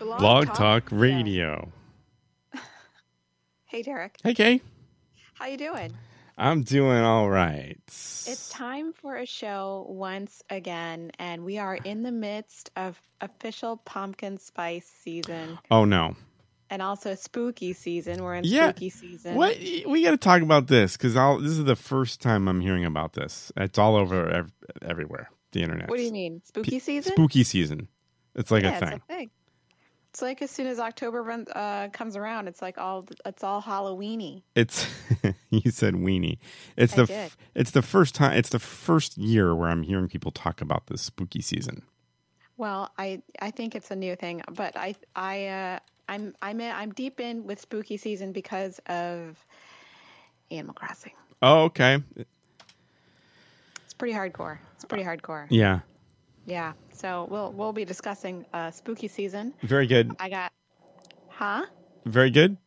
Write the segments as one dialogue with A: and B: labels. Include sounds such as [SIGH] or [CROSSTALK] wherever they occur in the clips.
A: Blog,
B: Blog Talk Radio.
A: Hey, Derek.
B: Hey, Kay.
A: How you doing?
B: I'm doing all right.
A: It's time for a show once again, and we are in the midst of official pumpkin spice season
B: Oh no.
A: and also spooky season. We're in
B: Yeah.
A: spooky season.
B: What we got to talk about this because this is the first time I'm hearing about this. It's all over ev- everywhere. The internet.
A: What do you mean? Spooky season?
B: Spooky season. It's like
A: yeah,
B: a
A: it's
B: thing.
A: a thing. It's like as soon as October run, uh, comes around, it's like all it's all Halloweeny.
B: It's [LAUGHS] you said weenie. It's
A: I
B: the
A: did.
B: f- it's the first time. It's the first year where I'm hearing people talk about this spooky season.
A: Well, I I think it's a new thing, but I I uh, I'm I'm in, I'm deep in with spooky season because of Animal Crossing.
B: Oh, okay.
A: It's pretty hardcore. It's pretty hardcore.
B: Yeah.
A: Yeah. So we'll we'll be discussing uh, spooky season.
B: Very good.
A: I got, huh? [LAUGHS]
B: Very good.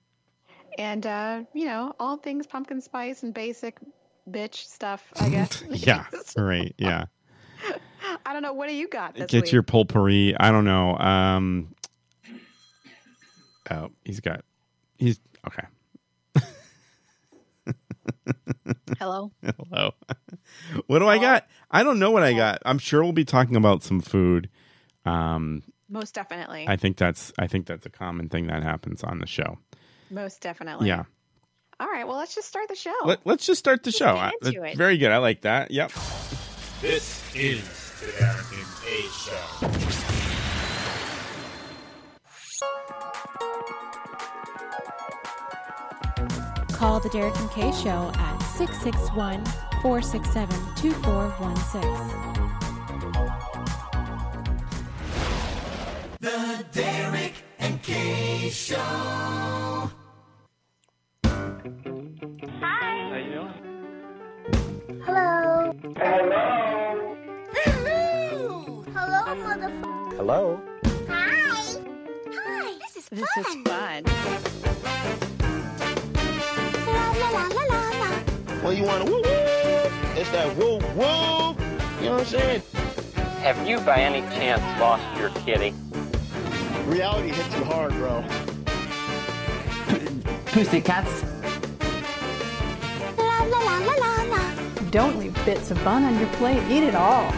A: And uh, you know all things pumpkin spice and basic bitch stuff.
B: [LAUGHS]
A: I guess.
B: Yeah. Right. Yeah.
A: [LAUGHS] I don't know. What do you got this
B: Get
A: week?
B: your potpourri. I don't know. Um. Oh, he's got. He's okay. [LAUGHS]
A: Hello.
B: Hello. what do I got? I don't know what I got. I'm sure we'll be talking about some food. Um,
A: Most definitely.
B: I think that's I think that's a common thing that happens on the show.
A: Most definitely.
B: Yeah.
A: All right. Well, let's just start the show.
B: Let, let's just start the show.
A: get
B: I-
A: into it.
B: Very good. I like that. Yep.
C: This is the Darren and A Show.
D: Call the Derek and Kay Show at 661 467 2416.
E: Hello. Hello. Hello. Hello, motherfucker. Hello. Hi. Hi. This is
A: this is
E: fun.
A: fun.
E: La la la la la la.
F: Well, you want to woo woo? It's that woo woo. You know what I'm saying?
G: Have you by any chance lost your kitty?
F: Reality hits you hard, bro.
H: Pussycats.
E: La la la la la la.
I: Don't leave bits of bun on your plate. Eat it all.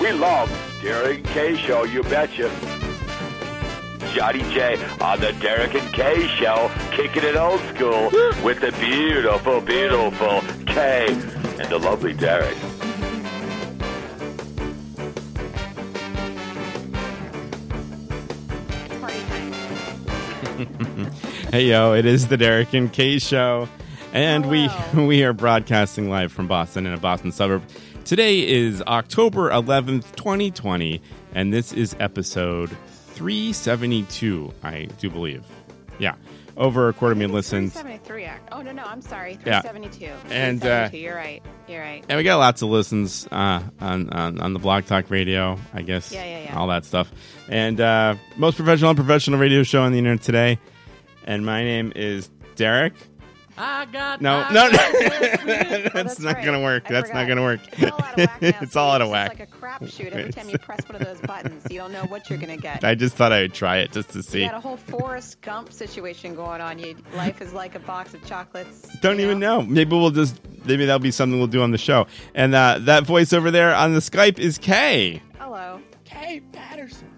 C: We love Derek and K Show, you betcha. Johnny J on the Derek and K Show, kicking it old school with the beautiful, beautiful K and the lovely Derek.
A: It's party time.
B: Hey yo, it is the Derek and Kay show. And we
A: Hello.
B: [LAUGHS] we are broadcasting live from Boston in a Boston suburb. Today is October 11th, 2020, and this is episode 372, I do believe. Yeah. Over a quarter million listens.
A: 373 act. Oh no no, I'm sorry.
B: Yeah.
A: 372.
B: And, uh,
A: 372, you're right. You're right.
B: [LAUGHS] And we got lots of listens uh, on, on on the Blog Talk Radio, I guess.
A: Yeah, yeah, yeah.
B: All that stuff. And uh, most professional and professional radio show on the internet today. And my name is Derek.
H: I got
B: No,
H: I
B: no, no. [LAUGHS]
H: got-
B: that's, not
A: Oh, right.
B: gonna work.
A: I
B: that's not
A: forgot.
B: gonna work.
A: It's all out of whack. now,
B: It's
A: so just
B: all out of [LAUGHS] whack.
A: like a crapshoot. Every time you press one of those buttons, you don't know what you're gonna get.
B: I just thought I would try it just to see.
A: You got a whole Forrest Gump situation going on. You life is like a box of chocolates.
B: Don't
A: you
B: even know. Maybe we'll just maybe that'll be something we'll do on the show. And uh, that voice over there on the Skype is Kay.
A: Hello. Kay Patterson.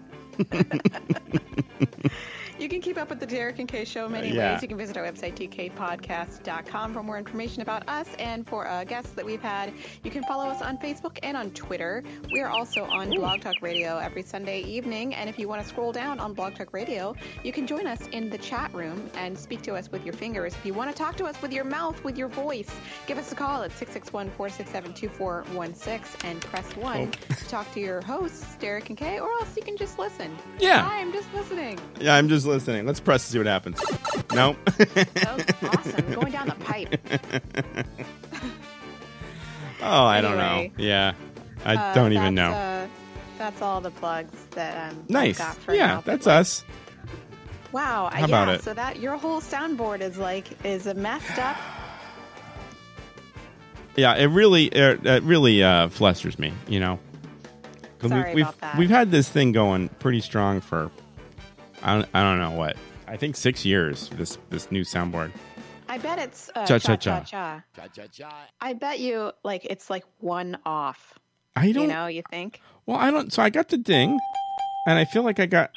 A: You can keep up with the Derek and Kay show in many
B: Uh, yeah.
A: ways. You can visit our website, dkpodcast.com, for more information about us and for uh, guests that we've had. You can follow us on Facebook and on Twitter. We are also on Blog Talk Radio every Sunday evening. And if you want to scroll down on Blog Talk Radio, you can join us in the chat room and speak to us with your fingers. If you want to talk to us with your mouth, with your voice, give us a call at 661 467 2416 and press 1
B: Oh.
A: to talk to your hosts, Derek and Kay, or else you can just listen.
B: Yeah.
A: Hi, I'm just listening.
B: Yeah, I'm just listening. Let's press to see what happens. No. [LAUGHS]
A: Oh, awesome. Going down the pipe.
B: Oh, I don't know.
A: Anyway.
B: Yeah, I
A: Uh,
B: don't even know.
A: that's, uh, that's all the plugs that um,
B: nice.
A: I've got for
B: Yeah,
A: now.
B: that's us.
A: Wow.
B: How
A: yeah.
B: about it?
A: So that your whole soundboard is like is a messed up.
B: Yeah, it really, it, it really uh, flusters me. You know, 'Cause
A: Sorry
B: we've
A: about that.
B: we've had this thing going pretty strong for, I don't, I don't know what. I think six years. This this new soundboard.
A: I bet it's uh,
B: Cha,
A: cha,
B: cha,
A: cha, cha, I bet you like it's like one off.
B: I don't.
A: You know, you think?
B: Well, I don't. So I got the ding, and I feel like I got.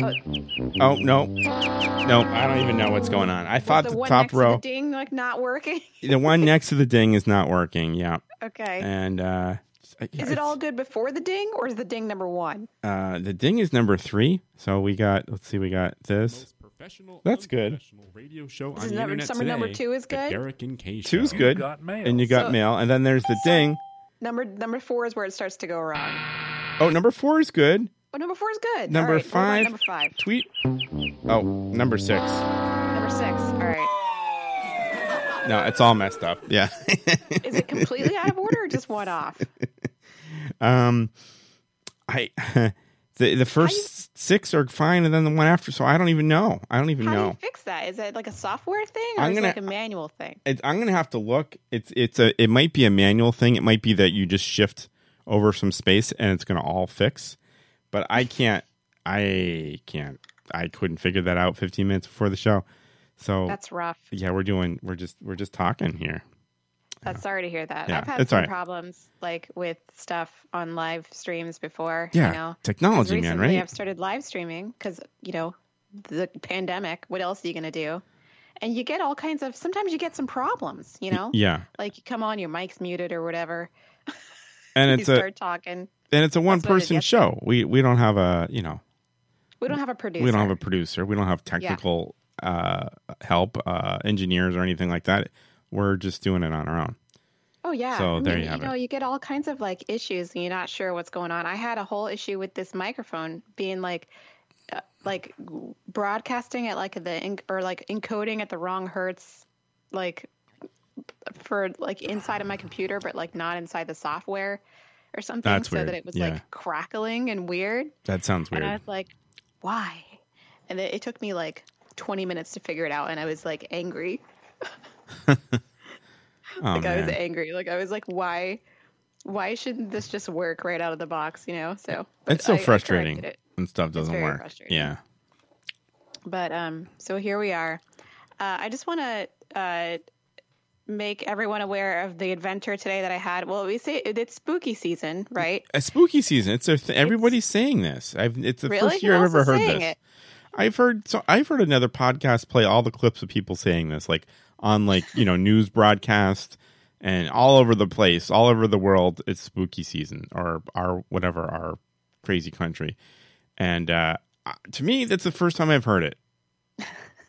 B: Oh no, no! I don't even know what's going on. I thought
A: Was
B: the,
A: the one
B: top
A: next to
B: row,
A: the ding like not working. [LAUGHS]
B: the, one next to the ding, is not working. Yeah,
A: Okay.
B: and uh,
A: is it all good before the ding, or is the ding number one?
B: Uh, the ding is number three. So we got. Let's see. We got this.
J: Professional
B: That's good.
J: radio
B: Oh,
J: show
A: Is
J: on the
A: number-
J: internet
A: summer number
J: today,
A: two is
J: The
A: good?
J: Derek and Kay Show.
B: Two's good. And you got
A: So-
B: mail. And then there's the ding.
A: Number number four is where it starts to go wrong.
B: Oh, number four is good.
A: But number four is good.
B: Number
A: All right, what about
B: five.
A: Number five.
B: Tweet. Oh, number six.
A: Number six. All
B: [LAUGHS]
A: right.
B: No, it's all messed up. Yeah. [LAUGHS]
A: Is it completely out of order or just one off?
B: Um, I [LAUGHS] the the first six are fine, and then the one after. So I don't even know. I don't even
A: How do
B: know.
A: you fix that? Is it like a software thing or
B: I'm
A: is
B: gonna-
A: it like a manual thing?
B: It, I'm gonna have to look. It's it's a it might be a manual thing. It might be that you just shift over some space and it's gonna all fix. But I can't. I can't. I couldn't figure that out 15 minutes before the show. So
A: That's rough.
B: Oh. yeah, we're doing. We're just we're just talking here.
A: That's sorry to hear that.
B: Yeah,
A: I've had
B: it's
A: some
B: all right.
A: problems like with stuff on live streams before.
B: Yeah,
A: you know? 'Cause
B: technology, man,
A: recently
B: right?
A: I've started live streaming because you know the pandemic. What else are you gonna do? And you get all kinds of. Sometimes you get some problems. You know.
B: yeah.
A: Like you come on, your mic's muted or whatever.
B: And
A: you
B: it's a
A: start talking.
B: and it's a one
A: what it
B: person
A: gets
B: show. We we don't have a you know
A: We don't have a producer.
B: We don't have a producer. We don't have technical uh, help, uh, engineers or anything like that. We're just doing it on our own.
A: Oh yeah.
B: So
A: I
B: there
A: mean,
B: you have
A: know,
B: it.
A: you get all kinds of like issues and you're not sure what's going on. I had a whole issue with this microphone being like uh, like broadcasting at like the en- or like encoding at the wrong hertz like for like inside of my computer but like not inside the software or something
B: That's
A: so
B: weird.
A: that it was
B: Yeah.
A: like crackling and weird.
B: That sounds
A: And I
B: weird.
A: was like, "Why?" And it, it took me like 20 minutes to figure it out and I was like angry.
B: oh
A: like I was
B: man,
A: angry. Like I was like, why, why shouldn't this just work right out of the box? You know. So but
B: it's so
A: I- I corrected
B: frustrating
A: it.
B: when stuff doesn't
A: very
B: work.
A: frustrating.
B: Yeah,
A: But um, so here we are. Uh, I just want to uh, make everyone aware of the adventure today that I had. Well, we say it's spooky season, right?
B: a spooky season. It's a th- everybody's saying this. I've, it's the
A: Really?
B: first year
A: Who
B: I've
A: else
B: ever
A: is
B: heard
A: saying
B: this.
A: it?
B: I've heard so I've heard another podcast play all the clips of people saying this, like on like you know news broadcast and all over the place, all over the world. It's spooky season or our whatever our crazy country, and uh, uh, to me that's the first time I've
A: [LAUGHS]
B: heard it.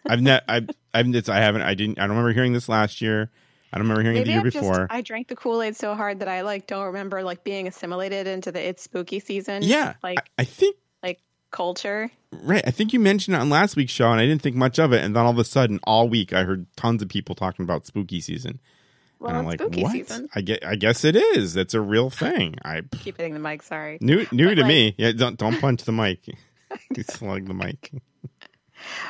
B: I've not I've, I've it's, I haven't I didn't I don't remember hearing this last year. I don't remember hearing it the year
A: I'm just-
B: before.
A: I drank the Kool Aid so hard that I like don't remember like being assimilated into the it's spooky season.
B: yeah,
A: like
B: I, I think
A: like culture.
B: Right. I think you mentioned it on last week's show, and I didn't think much of it. And then all of a sudden, all week, I heard tons of people talking about spooky season.
A: Well,
B: and I'm
A: it's
B: like,
A: spooky
B: what?
A: season.
B: I get. I guess it is. That's a real thing. I
A: Keep hitting the mic. Sorry. [LAUGHS]
B: new new
A: But,
B: to
A: like-
B: me. Yeah. Don't don't punch the mic. [LAUGHS] You slug the mic.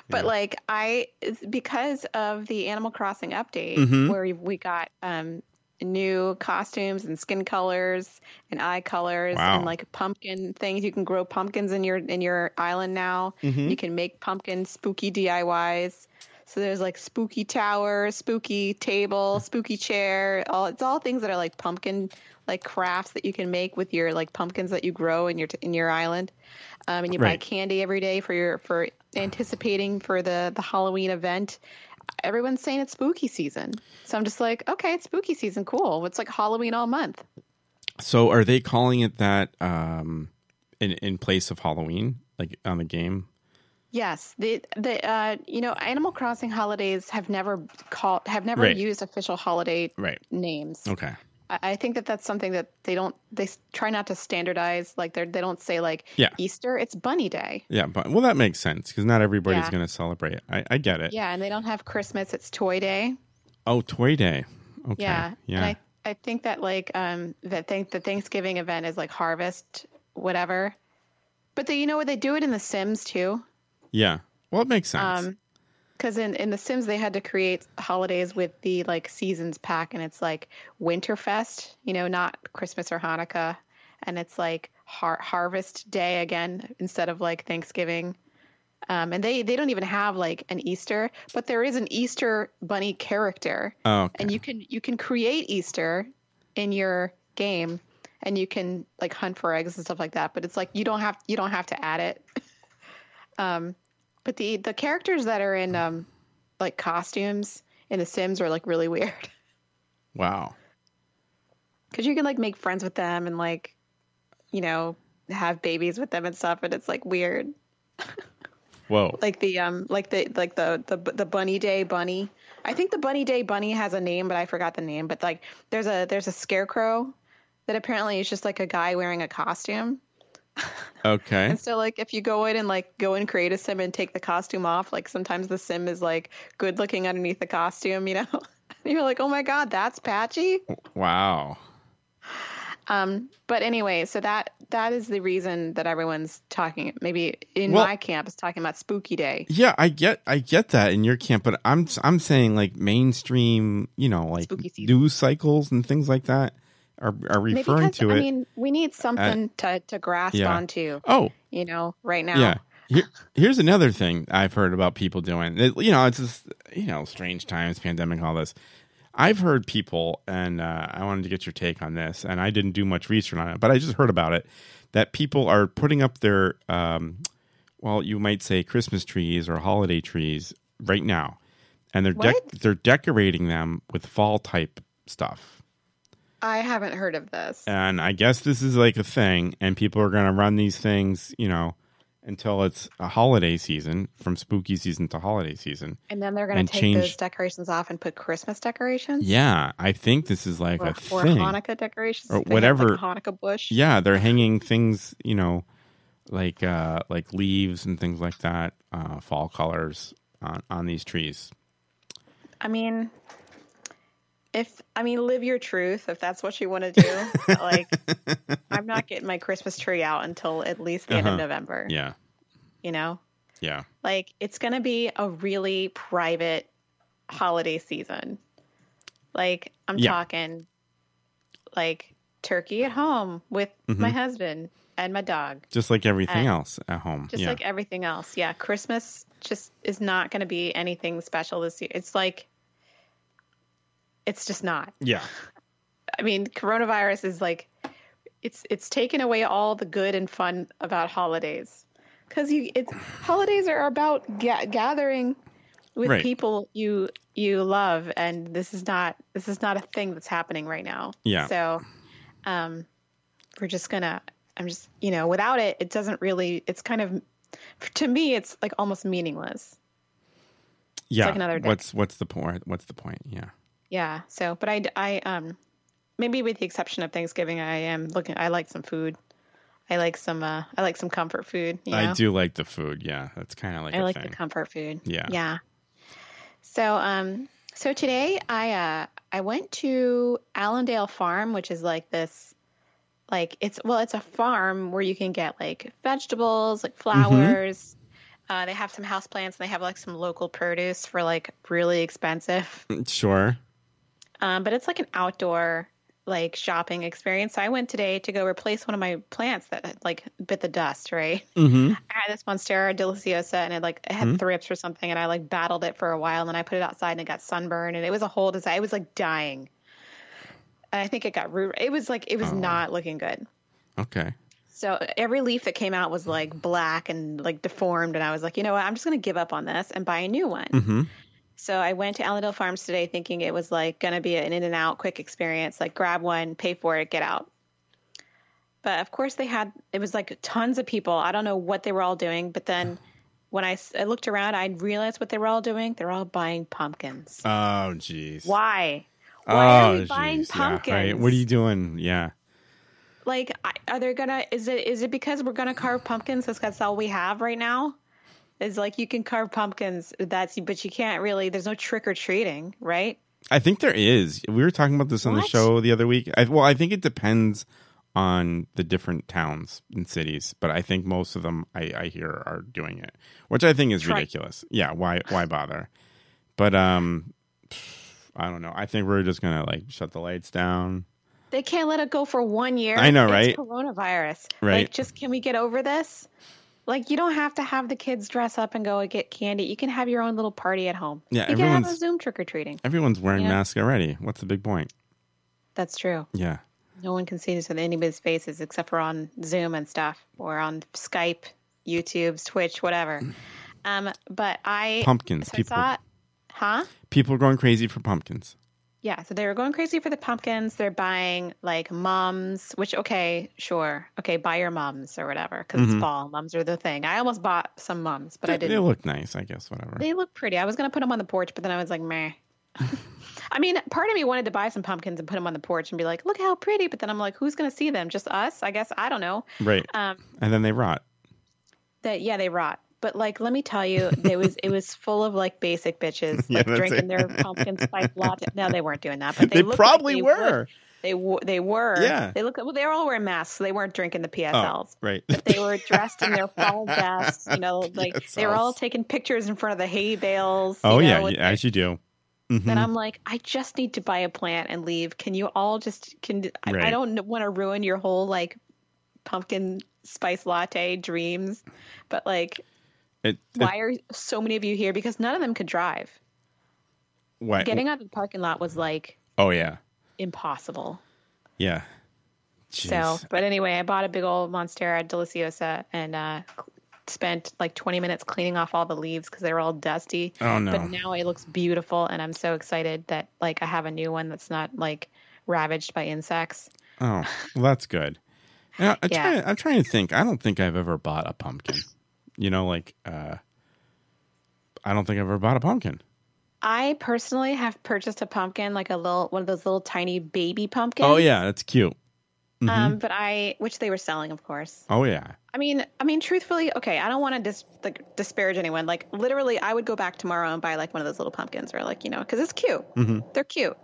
A: But like I, it's because of the Animal Crossing update,
B: Mhm.
A: where we- we got um, new costumes and skin colors and eye colors
B: Wow.
A: and like pumpkin things. You can grow pumpkins in your in your island now.
B: Mhm.
A: You can make pumpkin spooky DIYs. So there's like spooky tower, spooky table, spooky chair. All it's all things that are like pumpkin like crafts that you can make with your like pumpkins that you grow in your in your island. Um, and you buy
B: Right.
A: candy every day for your for anticipating for the the Halloween event. Everyone's saying it's spooky season, so I'm just like, okay, it's spooky season, cool. It's like Halloween all month.
B: So are they calling it that um, in in place of Halloween, like on the game?
A: Yes, the the uh, you know Animal Crossing holidays have never called have never
B: Right.
A: used official holiday
B: Right.
A: names.
B: Okay.
A: I, I think that that's something that they don't they s- try not to standardize. Like they they don't say like
B: Yeah.
A: Easter, it's Bunny Day.
B: Yeah, but well, that makes sense because not everybody's
A: Yeah.
B: going to celebrate. I, I get it.
A: Yeah, and they don't have Christmas, it's Toy Day.
B: Oh, Toy Day. Okay.
A: Yeah,
B: Yeah.
A: and I I think that like um that think the Thanksgiving event is like Harvest whatever, but they, you know what they do it in The Sims too.
B: yeah. Well, it makes sense.
A: Um, because in, in The Sims, they had to create holidays with the like seasons pack, and it's like Winterfest, you know, not Christmas or Hanukkah, and it's like har- Harvest Day again instead of like Thanksgiving. Um, and they they don't even have like an Easter, but there is an Easter bunny character,
B: oh, okay.
A: and you can you can create Easter in your game, and you can like hunt for eggs and stuff like that. But it's like you don't have you don't have to add it. um, but the the characters that are in um, like costumes in The Sims are like really weird [LAUGHS]
B: wow.
A: because you can like make friends with them and like you know have babies with them and stuff, and it's like weird.
B: Whoa.
A: like the um like the like the the the bunny day bunny i think the bunny day bunny has a name but i forgot the name but like there's a there's a scarecrow that apparently is just like a guy wearing a costume
B: okay.
A: and so like if you go in and like go and create a sim and take the costume off like sometimes the sim is like good looking underneath the costume you know [LAUGHS] and you're like oh my god that's patchy
B: Wow.
A: um but anyway so that that is the reason that everyone's talking maybe in
B: Well-
A: my camp is talking about spooky day
B: Yeah, I get I get that in your camp, but I'm I'm saying like mainstream, you know, like
A: Spooky season.
B: news cycles and things like that are are
A: Maybe
B: referring
A: because,
B: to it.
A: I mean, we need something to, to grasp
B: yeah.
A: onto,
B: oh,
A: you know, right now.
B: Yeah. Here, here's another thing I've heard about people doing. It- you know, it's just, you know, strange times, pandemic, all this. I've heard people, and uh, I wanted to get your take on this, and I didn't do much research on it, but I just heard about it that people are putting up their, um, well, you might say Christmas trees or holiday trees right now, and they're dec-
A: What?
B: they're decorating them with fall type stuff.
A: I haven't heard of this.
B: And I guess this is like a thing, and people are going to run these things, you know, until it's a holiday season, from spooky season to holiday season.
A: And then they're going
B: and
A: to take
B: change-
A: those decorations off and put Christmas decorations
B: Yeah, I think this is like
A: or,
B: a
A: or
B: thing.
A: Hanukkah decorations.
B: Or
A: They have, like,
B: whatever.
A: a Hanukkah bush.
B: Yeah, they're hanging things, you know, like uh like leaves and things like that, uh fall colors on on these trees.
A: I mean, if, I mean, live your truth if that's what you want to do. like,
B: [LAUGHS]
A: I'm not getting my Christmas tree out until at least the end of
B: Uh-huh.
A: November,
B: Yeah.
A: you know?
B: Yeah.
A: Like it's going to be a really private holiday season. Like I'm
B: Yeah.
A: talking like turkey at home with my
B: Mhm.
A: husband and my dog.
B: Just like everything
A: Uh,
B: else at home.
A: Just
B: yeah.
A: like everything else. Yeah, Christmas just is not going to be anything special this year. It's like it's just not.
B: yeah.
A: I mean, coronavirus is like it's it's taken away all the good and fun about holidays because you it's holidays are about ga- gathering with
B: Right.
A: people you you love, and this is not this is not a thing that's happening right now.
B: Yeah.
A: So, um, we're just gonna. I'm just you know without it, it doesn't really. It's kind of to me, it's like almost meaningless.
B: Yeah.
A: like another day.
B: what's what's the point? What's the point? Yeah.
A: Yeah. So, but I, I, um, maybe with the exception of Thanksgiving, I am looking, I like some food. I like some, uh, I like some comfort food. You know?
B: I do like the food. Yeah. That's kind of like
A: I
B: a
A: like
B: thing.
A: the comfort food.
B: Yeah.
A: Yeah. So, um, so today I, uh, I went to Allendale Farm, which is like this, like it's, well, it's a farm where you can get like vegetables,
B: Mm-hmm.
A: like flowers. Uh, they have some houseplants and they have like some local produce for like really expensive.
B: sure.
A: Um, but it's like an outdoor like shopping experience. So I went today to go replace one of my plants that had, like bit the dust, right?
B: Mm-hmm.
A: I had this Monstera deliciosa and it like it had
B: Hmm.
A: thrips or something and I like battled it for a while and then I put it outside and it got sunburned and it was a whole disaster. It was like dying. And I think it got root it was like it was
B: Oh.
A: not looking good.
B: Okay.
A: So every leaf that came out was like black and like deformed and I was like, you know what, I'm just gonna give up on this and buy a new one.
B: Mm-hmm.
A: So I went to Allendale Farms today thinking it was like going to be an in and out quick experience, like grab one, pay for it, get out. But of course, they had it was like tons of people. I don't know what they were all doing, but then when I, s- I looked around, I realized what they were all doing. They're all buying pumpkins.
B: Oh, jeez.
A: Why? Why
B: oh,
A: are we buying
B: jeez. Yeah, right.
A: pumpkins?
B: What are you doing? Yeah.
A: like? I- Are they gonna? Is it is it because we're gonna carve pumpkins? Because that's all we have right now. Is like you can carve pumpkins. That's but you can't really. There's no trick or treating, right?
B: I think there is. We were talking about this on the
A: What?
B: show the other week. I, well, I think it depends on the different towns and cities, but I think most of them I, I hear are doing it, which I think is
A: Tri-
B: ridiculous. Yeah, why why bother? But um, I don't know. I think we're just gonna like shut the lights down.
A: They can't let it go for one year.
B: I know,
A: It's
B: right?
A: Coronavirus.
B: Right.
A: Like, just can we get over this? Like, you don't have to have the kids dress up and go and get candy. You can have your own little party at home.
B: Yeah,
A: you can have a
B: everyone's-
A: Zoom trick or treating.
B: Everyone's wearing
A: Yeah.
B: masks already. What's the big point?
A: That's true.
B: Yeah,
A: No one can see this in anybody's faces except for on Zoom and stuff, or on Skype, YouTube, Twitch, whatever. Um, but I
B: Hmm. Pumpkins,
A: So I
B: people.
A: saw, huh?
B: people are going crazy for pumpkins.
A: Yeah, so they were going crazy for the pumpkins. They're buying like mums, which okay, sure, okay, buy your mums or whatever because
B: Mhm.
A: it's fall. Mums are the thing. I almost bought some mums, but I
B: they,
A: didn't.
B: they look nice, I guess. Whatever.
A: They look pretty. I was gonna put them on the porch, but then I was like, meh. [LAUGHS] I mean, part of me wanted to buy some pumpkins and put them on the porch and be like, look how pretty. But then I'm like, who's gonna see them? Just us? I guess I don't know.
B: right,
A: Um,
B: and then they rot.
A: that yeah, they rot. But like, let me tell you, there was it was full of like basic bitches
B: [LAUGHS] Yeah,
A: like
B: that's
A: drinking
B: it.
A: their pumpkin spice latte. No, they weren't doing that, but they,
B: They
A: looked like
B: probably
A: they
B: were.
A: would. They w- they were.
B: Yeah. Oh.
A: They look. Well, they were all wearing masks, so they weren't drinking the PSLs.
B: Right. [LAUGHS]
A: They were dressed in their fall vests. You know, like they were all
B: PSLs.
A: taking pictures in front of the hay bales. you know,
B: Oh yeah,
A: with
B: yeah, as you do. Mhm.
A: and I'm like, I just need to buy a plant and leave. Can you all just can? I,
B: Right.
A: I don't want to ruin your whole like pumpkin spice latte dreams, but like,
B: It- it-
A: why are so many of you here? Because none of them could drive.
B: what?
A: Getting out of the parking lot was like
B: oh yeah,
A: impossible.
B: yeah. Jeez.
A: So, but anyway, I bought a big old Monstera deliciosa and uh, cl- spent like 20 minutes cleaning off all the leaves because they were all dusty.
B: Oh, no.
A: But now it looks beautiful, and I'm so excited that like I have a new one that's not like ravaged by insects.
B: Oh, well, that's good. And I, I'm,
A: Yeah.
B: trying, I'm trying to think. I don't think I've ever bought a pumpkin. You know, like uh, I don't think I've ever bought a pumpkin.
A: I personally have purchased a pumpkin, like a little one of those little tiny baby pumpkins.
B: Oh yeah, that's cute. Mhm.
A: Um, but I, which they were selling, of course.
B: oh yeah.
A: I mean, I mean, truthfully, okay, I don't want to dis- like, disparage anyone. Like, literally, I would go back tomorrow and buy like one of those little pumpkins, or like you know, because it's cute.
B: Mhm.
A: They're cute.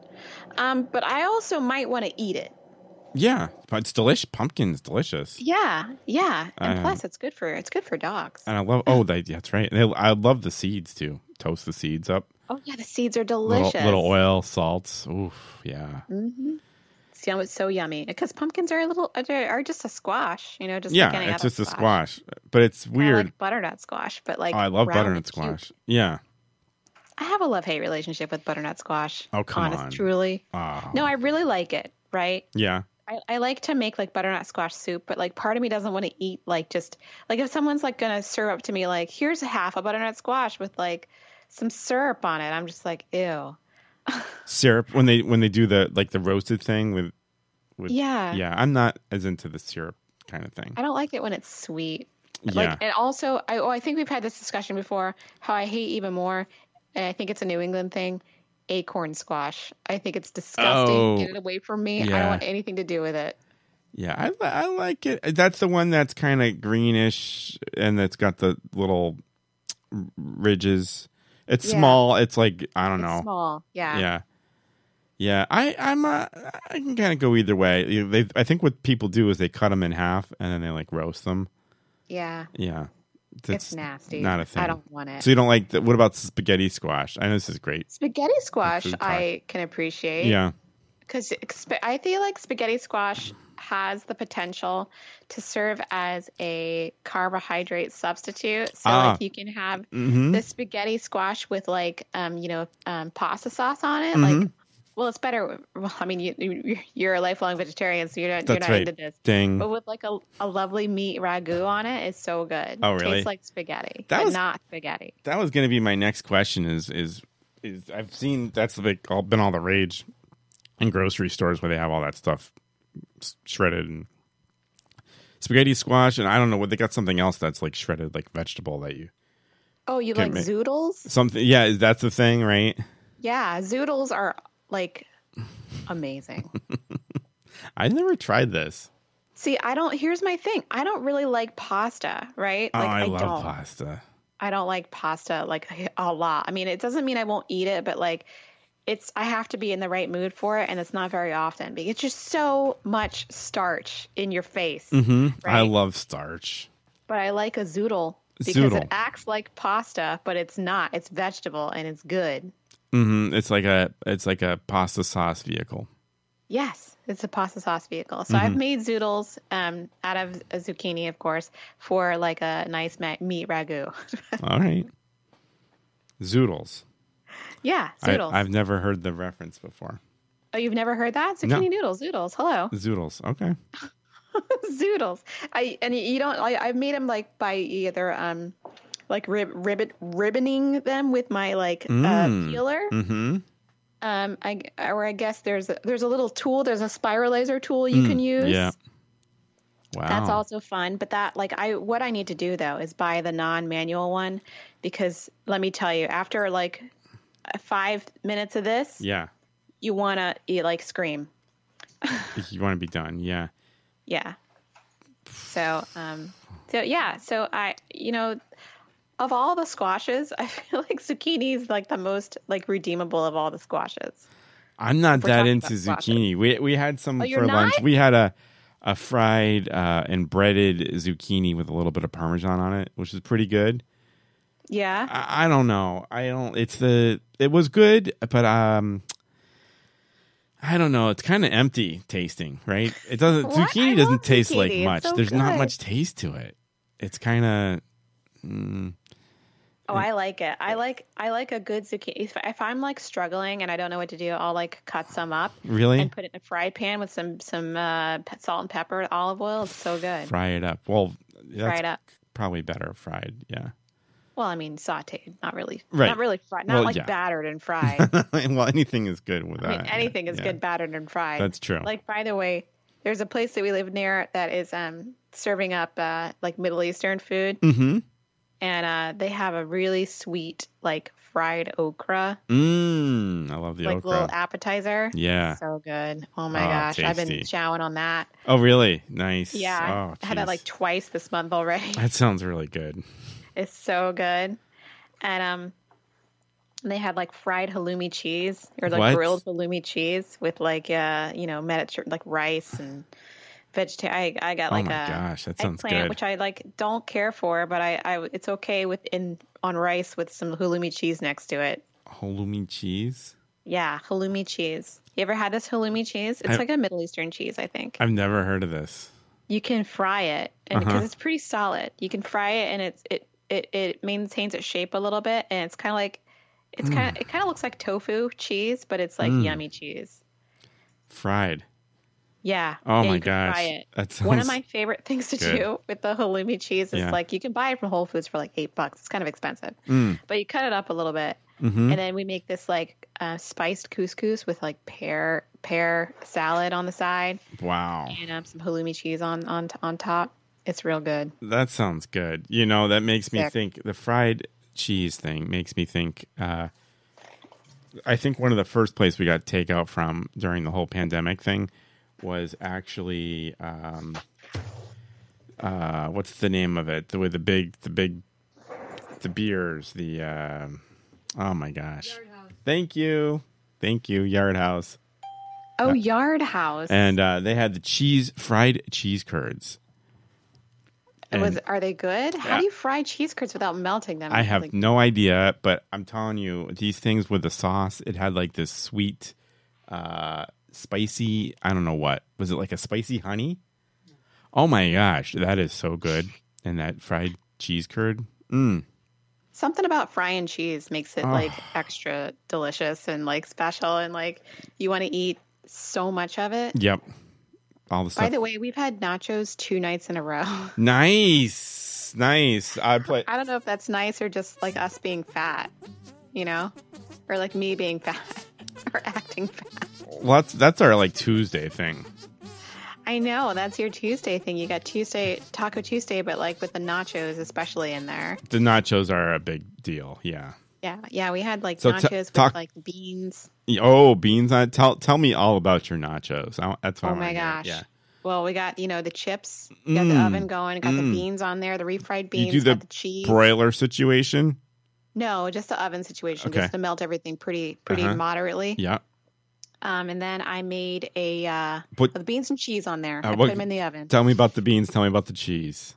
A: Um, but I also might want to eat it.
B: Yeah, but it's delicious. Pumpkin's delicious.
A: Yeah, yeah. And
B: Um,
A: plus, it's good for it's good for dogs.
B: And I love. Oh, they, that's right. They, I love the seeds too. Toast the seeds up.
A: oh yeah, the seeds are
B: Little,
A: delicious.
B: little oil, salts. Oof. Yeah.
A: Mm-hmm. See, it's so yummy because pumpkins are a little are are just a squash, you know, just like
B: yeah,
A: any
B: it's
A: other
B: just a squash, but it's
A: Kinda
B: weird.
A: like butternut squash, but like
B: oh, I love
A: round
B: butternut
A: and cute.
B: squash. Yeah.
A: I have a love hate relationship with butternut squash.
B: Oh, come
A: honest,
B: on.
A: truly.
B: Oh.
A: No, I really like it. Right.
B: Yeah.
A: I, I like to make like butternut squash soup, but like part of me doesn't want to eat like just like if someone's like gonna serve up to me like here's half a butternut squash with like some syrup on it, I'm just like ew.
B: syrup when they when they do the like the roasted thing with with
A: Yeah.
B: yeah i'm not as into the syrup kind of thing
A: I don't like it when it's sweet.
B: yeah
A: Like and also I oh I think we've had this discussion before how I hate even more and I think it's a New England thing acorn squash. I think it's disgusting.
B: Oh.
A: Get it away from me. I
B: Yeah.
A: don't want anything to do with it.
B: yeah I, li- I like it that's the one that's kind of greenish and that's got the little r- ridges it's
A: Yeah.
B: small it's like i don't
A: It's
B: know
A: small. Yeah.
B: yeah yeah i i'm uh, i can kind of go either way You- they i think what people do is they cut them in half and then they like roast them
A: Yeah.
B: yeah
A: It's, nasty.
B: not a thing
A: I don't want it.
B: so you don't like the, what about spaghetti squash i know this is great
A: Spaghetti squash
B: Food talk.
A: I can appreciate.
B: yeah
A: because exp- I feel like spaghetti squash has the potential to serve as a carbohydrate substitute. So
B: Ah.
A: like you can have
B: Mhm.
A: the spaghetti squash with like um you know um, pasta sauce on it. Like
B: Mhm.
A: well, it's better. Well, I mean, you, you you're a lifelong vegetarian, so you're not you're
B: That's
A: not
B: right.
A: into this.
B: Dang.
A: But with like a, a lovely meat ragu on it, it's so good.
B: Oh, really?
A: Tastes like spaghetti,
B: That
A: but
B: was-
A: not spaghetti.
B: That was going to be my next question. Is is is I've seen that's like all been all the rage in grocery stores where they have all that stuff s- shredded and spaghetti squash, and I don't know what they got something else that's like shredded like vegetable that you
A: Oh, you
B: Can't
A: like
B: ma-
A: zoodles?
B: something. Yeah, is that's the thing, right?
A: Yeah, zoodles are like amazing.
B: I never tried this.
A: See, I don't. Here's my thing. I don't really like pasta, right?
B: oh,
A: Like
B: I, love
A: don't.
B: pasta.
A: I don't like pasta like a lot. I mean, it doesn't mean I won't eat it, but like, it's I have to be in the right mood for it, and it's not very often. Because it's just so much starch in your face.
B: hmm
A: Right.
B: I love starch.
A: But I like a zoodle because
B: Zoodle.
A: it acts like pasta, but it's not. It's vegetable and it's good.
B: hmm It's like a it's like a pasta
A: [LAUGHS]
B: sauce vehicle.
A: Yes, it's a pasta sauce vehicle. So
B: Mm-hmm.
A: I've made zoodles um, out of a zucchini, of course, for like a nice ma- meat ragu. [LAUGHS]
B: All right, zoodles.
A: yeah,
B: I,
A: zoodles.
B: I've never heard the reference before.
A: oh, you've never heard that?
B: No.
A: Zucchini noodles, zoodles.
B: [LAUGHS]
A: Hello, [LAUGHS]
B: Zoodles. Okay.
A: zoodles. I and you don't. I, I've made them like by either um, like rib, ribbit ribboning them with my like
B: Mm.
A: uh, peeler.
B: Mm-hmm.
A: Um, I or I guess there's a, there's a little tool. There's a spiralizer tool you can use.
B: Mm. Yeah. Oh. Wow.
A: That's also fun, but that like I what I need to do though is buy the non-manual one because let me tell you, after like 5 minutes of this,
B: Yeah.
A: you want to eat like scream.
B: If you want to be done. Yeah.
A: Yeah. So, um so yeah, so I you know of all the squashes, [LAUGHS] I feel like zucchini is like the most like redeemable of all the squashes.
B: I'm not that
A: talking
B: into
A: about sausage.
B: zucchini. We we had some
A: Oh,
B: for
A: you're
B: lunch.
A: not?
B: We had a a fried uh, and breaded zucchini with a little bit of parmesan on it, which is pretty good.
A: Yeah.
B: I, I don't know. I don't. It's the. It was good, but um, I don't know. It's kind of empty tasting, right? It doesn't.
A: What? I
B: Zucchini
A: love
B: doesn't taste like
A: zucchini. It's
B: much.
A: so
B: There's not
A: good.
B: much taste to it. It's kind of.
A: Oh, I like it. I like I like a good zucchini. If, if I'm like struggling and I don't know what to do, I'll like cut some up
B: Really?
A: and put it in a fry pan with some some uh, pe- salt and pepper, olive oil. It's so good.
B: fry it up. Well, that's
A: Fry it up.
B: probably better fried. Yeah. [LAUGHS]
A: Well, I mean sautéed, not really,
B: Right.
A: not really fried, not
B: Well,
A: like
B: yeah.
A: battered and
B: [LAUGHS]
A: fried.
B: well, anything is good with
A: I mean,
B: that.
A: anything is
B: Yeah.
A: good battered and fried.
B: That's true.
A: Like by the way, there's a place that we live near that is um serving up uh, like Middle Eastern food,
B: Mm-hmm.
A: and uh, they have a really sweet like fried okra,
B: Mm. I love the
A: like
B: okra.
A: little appetizer.
B: yeah.
A: So good. Oh my
B: Oh,
A: gosh. I've been
B: tasty.
A: chowing on that.
B: Oh, really? Nice.
A: Yeah.
B: Oh,
A: I had
B: jeez.
A: that like twice this month already.
B: [LAUGHS] That sounds really good.
A: it's so good. And um they had like fried halloumi cheese or like
B: What?
A: grilled halloumi cheese with like uh, you know, Mediterranean like rice and vegetarian. I, I got
B: Oh
A: like
B: my
A: a
B: gosh, that sounds
A: eggplant,
B: good.
A: which I like don't care for, but I, I it's okay with in on rice with some halloumi cheese next to it.
B: Halloumi cheese.
A: Yeah, halloumi cheese. You ever had this halloumi cheese? It's
B: I-
A: like a Middle Eastern cheese, I think.
B: I've never heard of this.
A: you can fry it and because
B: Uh-huh.
A: it's pretty solid you can fry it and it's it it, it maintains its shape a little bit and it's kind of like it's
B: Mm.
A: kind of it kind of looks like tofu cheese but it's like yummy cheese
B: Fried.
A: yeah
B: Oh
A: Yeah,
B: my
A: you can fry
B: gosh.
A: it.
B: That
A: one of
B: sounds
A: my favorite things to
B: good.
A: do with the halloumi cheese is
B: Yeah.
A: like you can buy it from whole foods for like eight bucks it's kind of expensive
B: Mm.
A: but you cut it up a little bit
B: Mhm.
A: and then we make this like uh, spiced couscous with like pear pear salad on the side
B: Wow.
A: and um, some halloumi cheese on on on top it's real good
B: That sounds good. You know, that makes me
A: Sick.
B: think the fried cheese thing makes me think. Uh, I think one of the first place we got takeout from during the whole pandemic thing was actually um, uh, what's the name of it? The with the big, the big, the beers. The um oh my gosh! Thank you, thank you, Yard House.
A: Oh, Yard House.
B: And uh, they had the cheese fried cheese curds.
A: was
B: and-
A: are they good? How do you fry cheese curds without melting them?
B: I have
A: Like,
B: no idea, but I'm telling you, these things with the sauce, it had like this sweet, uh, spicy, I don't know what. Was it like a spicy honey? Oh my gosh, that is so good. And that fried cheese curd. Mm.
A: Something about frying cheese makes it
B: Oh.
A: like extra delicious and like special and like you want to eat so much of it.
B: Yep. All the
A: By
B: stuff.
A: the way, we've had nachos two nights in a row. [LAUGHS]
B: nice. Nice. I play
A: I don't know if that's nice or just like us being fat, you know, or like me being fat [LAUGHS] or acting fat.
B: well, that's that's our like Tuesday thing.
A: I know that's your Tuesday thing. You got Tuesday Taco Tuesday, but like with the nachos, especially in there.
B: The nachos are a big deal. Yeah.
A: Yeah, yeah, we had like
B: So ta-
A: nachos with
B: talk-
A: like beans.
B: Y- Oh, beans on tell tell me all about your nachos. I, that's what
A: Oh
B: I wanna
A: my
B: hear.
A: gosh.
B: Yeah.
A: Well, we got you know the chips. We got the
B: Mm.
A: oven going. Got
B: Mm.
A: the beans on there. The refried
B: You
A: beans.
B: do the,
A: got the cheese.
B: broiler situation?
A: no, just the oven situation,
B: Okay.
A: just to melt everything pretty pretty
B: Uh-huh.
A: moderately.
B: Yeah.
A: Um, and then I made a uh,
B: But-
A: the beans and cheese on there. I
B: Uh,
A: put
B: what-
A: them in the oven.
B: Tell me about the beans, tell me about the cheese.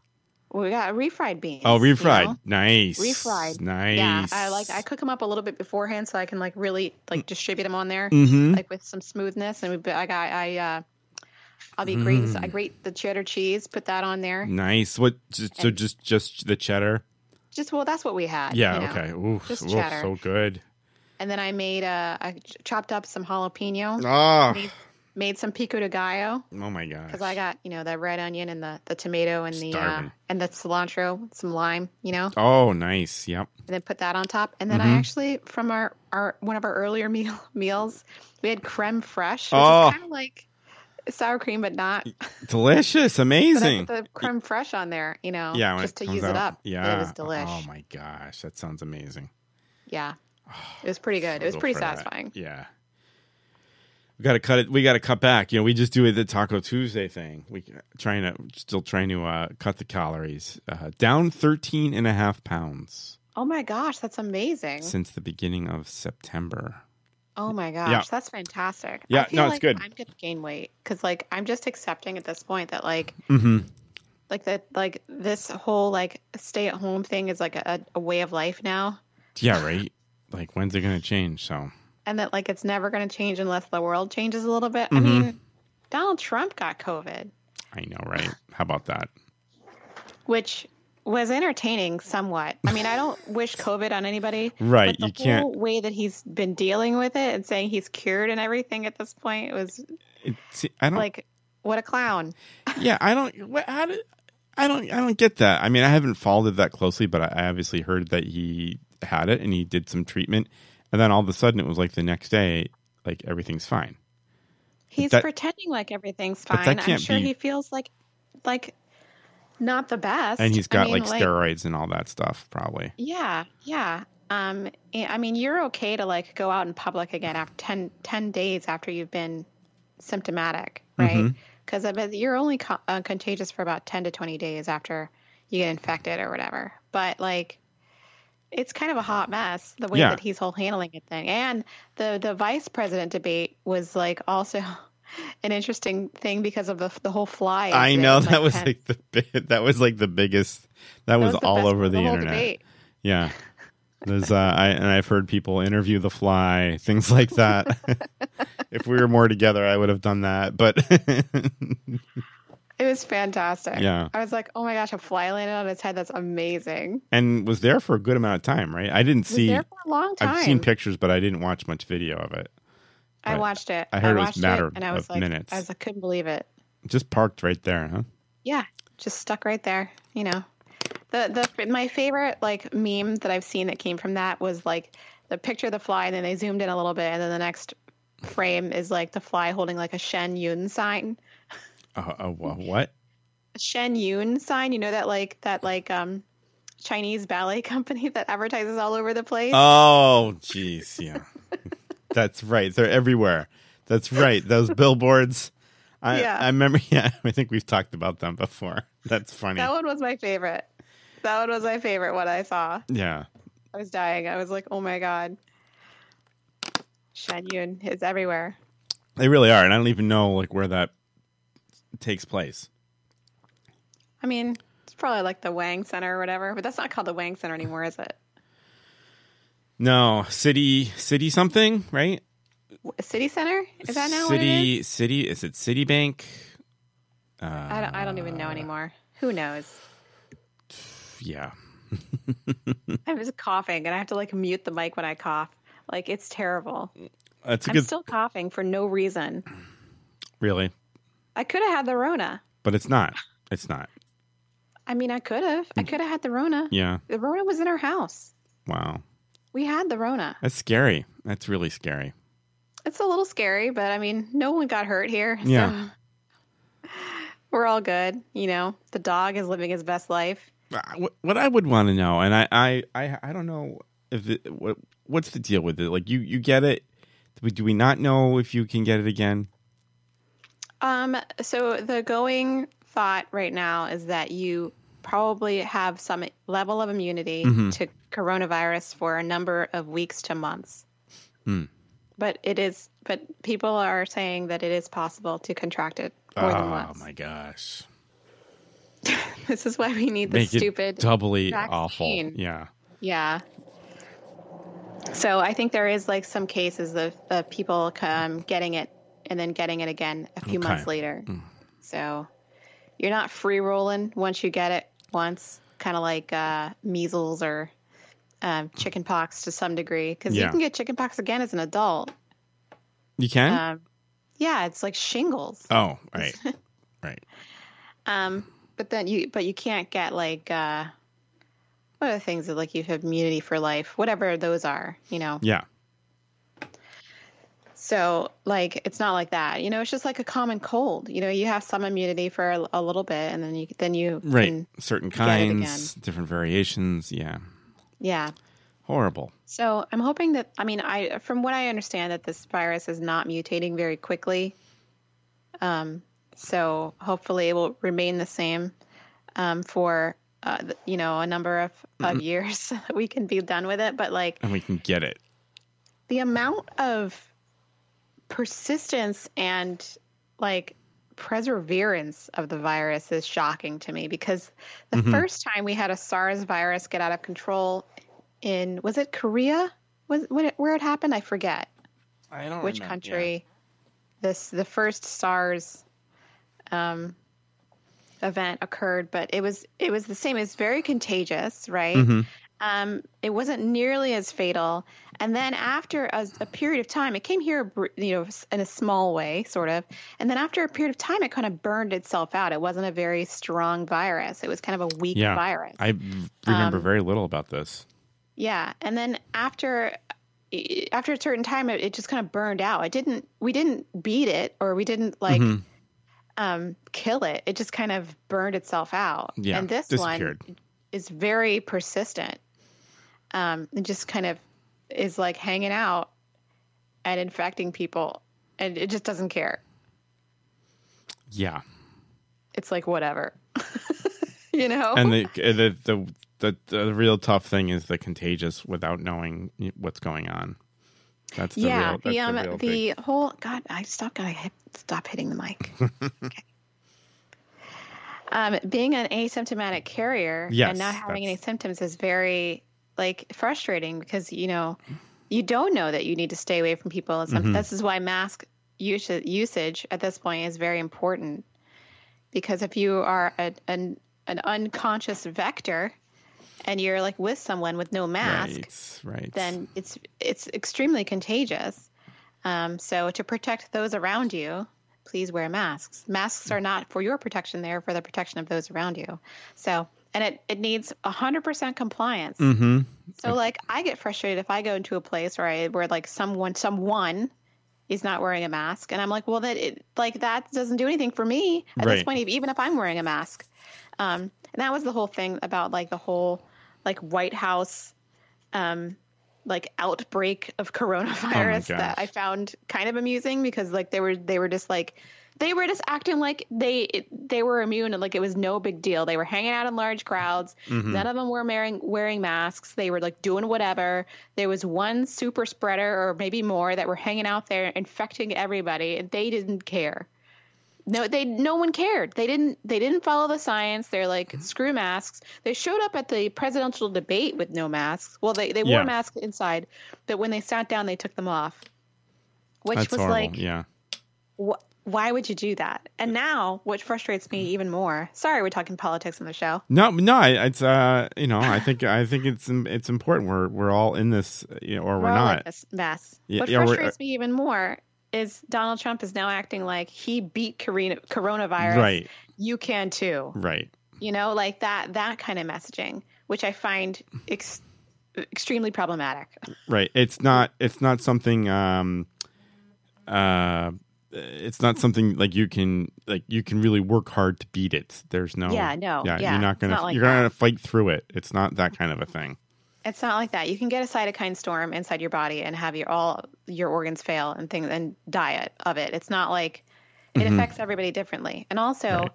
A: Well, we got refried beans.
B: Oh,
A: you
B: refried.
A: know?
B: Nice.
A: Refried.
B: Nice. Mm.
A: Yeah, I like I cook them up a little bit beforehand so I can like really like distribute them on there
B: Mhm.
A: like with some smoothness. And we, but I got I uh, I'll be grating.
B: Mm.
A: I grate the cheddar cheese, put that on there.
B: Nice. What? Just, so just just the cheddar.
A: Just well, that's what we had. you
B: Yeah.
A: know.
B: okay. Ooh,
A: Just
B: ooh,
A: cheddar.
B: so good.
A: And then I made uh, I ch- chopped up some jalapeno,
B: Oh,
A: made, made some pico de gallo
B: oh my gosh.
A: because Ah. I got you know that red onion and the the tomato and the uh,
B: Starving.
A: and the cilantro, some lime, you know.
B: Oh, nice. Yep.
A: and then put that on top. And
B: Mm-hmm.
A: then I actually, from our, our one of our earlier meal, [LAUGHS] meals, we had creme fraiche, which
B: Oh.
A: is kind of like sour cream, but not. [LAUGHS]
B: Delicious.
A: But I
B: Amazing.
A: put the creme fraiche on there, you know,
B: yeah. when
A: just to
B: comes
A: use
B: out.
A: it up.
B: Yeah.
A: it was delish.
B: Oh my gosh, that sounds amazing. [SIGHS]
A: Yeah, it was pretty good. It was
B: Go
A: pretty
B: for that.
A: satisfying.
B: Yeah. We got to cut it. We got to cut back. You know, we just do the Taco Tuesday thing. We trying to still trying to uh, cut the calories uh, down 13 and a half pounds
A: Oh my gosh, that's amazing.
B: since the beginning of September.
A: Oh my gosh,
B: Yeah.
A: that's fantastic.
B: Yeah,
A: I feel
B: no, it's
A: like
B: good.
A: I'm gonna gain weight because like I'm just accepting at this point that like
B: Mm-hmm.
A: like that like this whole like stay at home thing is like a, a way of life now.
B: Yeah, right. Like when's it gonna change? So
A: and that like it's never going to change unless the world changes a little bit.
B: Mhm.
A: I mean, Donald Trump got COVID,
B: I know,
A: [SIGHS]
B: right? How about that?
A: which was entertaining somewhat. I mean, I don't wish COVID on anybody.
B: Right,
A: but the
B: you can't-
A: whole way that he's been dealing with it and saying he's cured and everything at this point was
B: It, see, I don't.
A: like, what a clown.
B: yeah, I don't. What, how did, I don't. I don't get that. I mean, I haven't followed it that closely, but I, I obviously heard that he had it and he did some treatment, and then all of a sudden it was like the next day, like everything's fine.
A: He's
B: That-
A: pretending like everything's
B: But that
A: fine. I'm
B: can't
A: sure
B: be-
A: he feels like, like, not the best.
B: And he's
A: I
B: got
A: mean,
B: like steroids and all that stuff, probably.
A: Yeah, yeah. Um, I I mean, you're okay to like go out in public again after 10, 10 days after you've been symptomatic, right?
B: Mm-hmm.
A: Because you're only co- uh, contagious for about 10 to 20 days after you get infected or whatever. But like, it's kind of a hot mess the way
B: Yeah.
A: that he's whole handling it thing. And the, the vice president debate was like also [LAUGHS] an interesting thing because of the, the whole fly.
B: I
A: incident
B: know
A: with,
B: that was
A: Pence.
B: like the big, that was like the biggest. That,
A: That
B: was,
A: the
B: all
A: best-
B: over the,
A: whole
B: internet.
A: debate. [LAUGHS]
B: Yeah. There's, uh, I, and I've heard people interview the fly, things like that.
A: [LAUGHS]
B: [LAUGHS] if we were more together, I would have done that. But [LAUGHS]
A: It was fantastic.
B: Yeah.
A: I was like, oh my gosh, a fly landed on his head. That's amazing.
B: and was there for a good amount of time, right? I didn't
A: It was
B: see.
A: there for a long time.
B: I've seen pictures, but I didn't watch much video of it.
A: I watched it.
B: I heard it was
A: watched
B: matter
A: and I was
B: of
A: like,
B: minutes.
A: I was like, couldn't believe it.
B: Just parked right there, huh?
A: Yeah, just stuck right there. You know, the the my favorite like meme that I've seen that came from that was like the picture of the fly, and then they zoomed in a little bit, and then the next frame is like the fly holding like a Shen Yun sign.
B: Uh,
A: [LAUGHS]
B: uh, wha- what?
A: A Shen Yun sign. You know that like that like um Chinese ballet [LAUGHS] company that advertises all over the place.
B: Oh, jeez, yeah. [LAUGHS] That's right. They're everywhere. That's right. Those billboards. I,
A: Yeah.
B: I remember. [LAUGHS] Yeah, I think we've talked about them before. That's funny.
A: That one was my favorite. That one was my favorite one I saw.
B: yeah.
A: I was dying. I was like, oh my God. Shen Yun is everywhere.
B: They really are, and I don't even know like where that takes place.
A: I mean, it's probably like the Wang Center or whatever, but that's not called the Wang Center anymore, is it?
B: No, city, city something, right?
A: City Center? Is that now what it is?
B: City, City, is it Citibank? Uh,
A: I don't, I don't even know anymore. Who
B: [LAUGHS]
A: knows?
B: yeah.
A: I was coughing and I have to like mute the mic when I cough. Like it's terrible.
B: That's a
A: I'm
B: good,
A: still coughing for no reason.
B: really,
A: I could have had the Rona.
B: but it's not. It's not.
A: I mean, I could have. I could have had the Rona.
B: Mm-hmm. Yeah.
A: The Rona was in our house.
B: Wow.
A: We had the Rona.
B: That's scary. That's really scary.
A: It's a little scary, but I mean, no one got hurt here. so
B: Yeah.
A: we're all good. You know, the dog is living his best life.
B: Uh, what- What I would want to know, and I, I, I, I don't know if it, what, what's the deal with it. Like you, you get it. Do we, do we not know if you can get it again?
A: Um, so the going thought right now is that you probably have some level of immunity
B: Mhm.
A: to coronavirus for a number of weeks to months.
B: Hmm.
A: But it is but people are saying that it is possible to contract it more than
B: Oh
A: once.
B: my gosh!
A: [LAUGHS] This is why we need the
B: Make
A: stupid
B: it doubly awful.
A: vaccine.
B: Yeah.
A: Yeah. So I think there is like some cases of, of people um, getting it and then getting it again a few
B: Okay. Mm.
A: months later. So you're not free rolling once you get it once, kind of like uh, measles or um, chicken pox to some degree, because
B: Yeah.
A: you can get chicken pox again as an adult.
B: You can.
A: Um, yeah, it's like shingles.
B: oh,
A: [LAUGHS]
B: right, right.
A: Um, but then you but you can't get like uh, what are the things that like you have immunity for life, whatever those are, you know.
B: Yeah.
A: So, like, it's not like that. You know, it's just like a common cold. You know, you have some immunity for a, a little bit, and then you then you
B: Right.
A: can-
B: Certain
A: get it again.
B: kinds, different variations. Yeah.
A: yeah.
B: Horrible.
A: So I'm hoping that I mean I from what I understand that this virus is not mutating very quickly. Um, so hopefully it will remain the same um, for uh, th- you know a number of, of years [LAUGHS] so that we can be done with it. But like
B: And we can get it.
A: the amount of persistence and like perseverance of the virus is shocking to me because the
B: Mhm.
A: first time we had a SARS virus get out of control in was it Korea? Was when it, where it happened? I forget
B: Oh, I don't.
A: which country this the first SARS um, event occurred, but it was it was the same. It's very contagious, right?
B: Mhm.
A: Um, it wasn't nearly as fatal. And then after a, a period of time, it came here, br- you know, s- in a small way, sort of. And then after a period of time, it kind of burned itself out. It wasn't a very strong virus. It was kind of a weak
B: Yeah.
A: virus.
B: I v-
A: Um,
B: remember very little about this.
A: Yeah, and then after e, after a certain time, it, it just kind of burned out. It didn't. We didn't beat it, or we didn't like
B: Mhm.
A: um, kill it. It just kind of burned itself out.
B: Yeah,
A: and this one
B: disappeared.
A: is very persistent. Um, it just kind of is like hanging out and infecting people, and it just doesn't care.
B: Yeah.
A: It's like whatever, [LAUGHS] you know. [LAUGHS]
B: and the the, the the the real tough thing is the contagious without knowing what's going on. That's the
A: yeah,
B: real. That's
A: the um,
B: the, real
A: the whole God, I stop gotta hit, stop hitting the
B: [LAUGHS]
A: mic. okay. Um, being an asymptomatic carrier
B: Yes,
A: and not having any
B: that's-
A: symptoms is very like frustrating because you know you don't know that you need to stay away from people. And some,
B: Mhm.
A: This is why mask usage, usage at this point is very important because if you are a, an an unconscious vector and you're like with someone with no mask
B: Right, right.
A: then it's it's extremely contagious. Um, so to protect those around you, please wear masks. Masks are not for your protection; they're for the protection of those around you. So, and it it needs hundred percent compliance.
B: Mm-hmm.
A: So, like, I get frustrated if I go into a place where I where like someone someone is not wearing a mask, and I'm like, well, that it, like that doesn't do anything for me at this
B: Right.
A: point, even if I'm wearing a mask. Um, and that was the whole thing about like the whole like White House, um, like outbreak of coronavirus
B: gosh.
A: that I found kind of amusing because like they were they were just like they were just acting like they it, they were immune and like it was no big deal. They were hanging out in large crowds. None of them were wearing wearing masks. They were like doing whatever. There was one super spreader or maybe more that were hanging out there infecting everybody and they didn't care. No, they no one cared. They didn't they didn't follow the science. They're like
B: Mm-hmm.
A: screw masks. They showed up at the presidential debate with no masks. Well, they they wore
B: Yeah.
A: masks inside, but when they sat down they took them off. which
B: That's
A: was
B: horrible.
A: like,
B: yeah.
A: wh- why would you do that? And now, which frustrates me even more. Sorry, we're talking politics on the show.
B: No, no, I- it's uh, you know, I think I think it's it's important. We're we're all in this, you know, or we're,
A: all
B: not.
A: like this mess.
B: Yeah,
A: what
B: yeah, we're- uh,
A: frustrates me even more is Donald Trump is now acting like he beat Corona, coronavirus.
B: Right.
A: You can too.
B: Right.
A: You know, like that that kind of messaging, which I find ex- extremely problematic.
B: right it's not it's not something um uh it's not something like you can like you can really work hard to beat it there's no
A: Yeah, no, yeah,
B: you're not
A: it's
B: gonna
A: not like
B: you're gonna fight through it it's not that kind of a thing
A: It's not like that. You can get a cytokine storm inside your body and have your all your organs fail and things and diet of it. It's not like it
B: Mhm.
A: affects everybody differently. And also,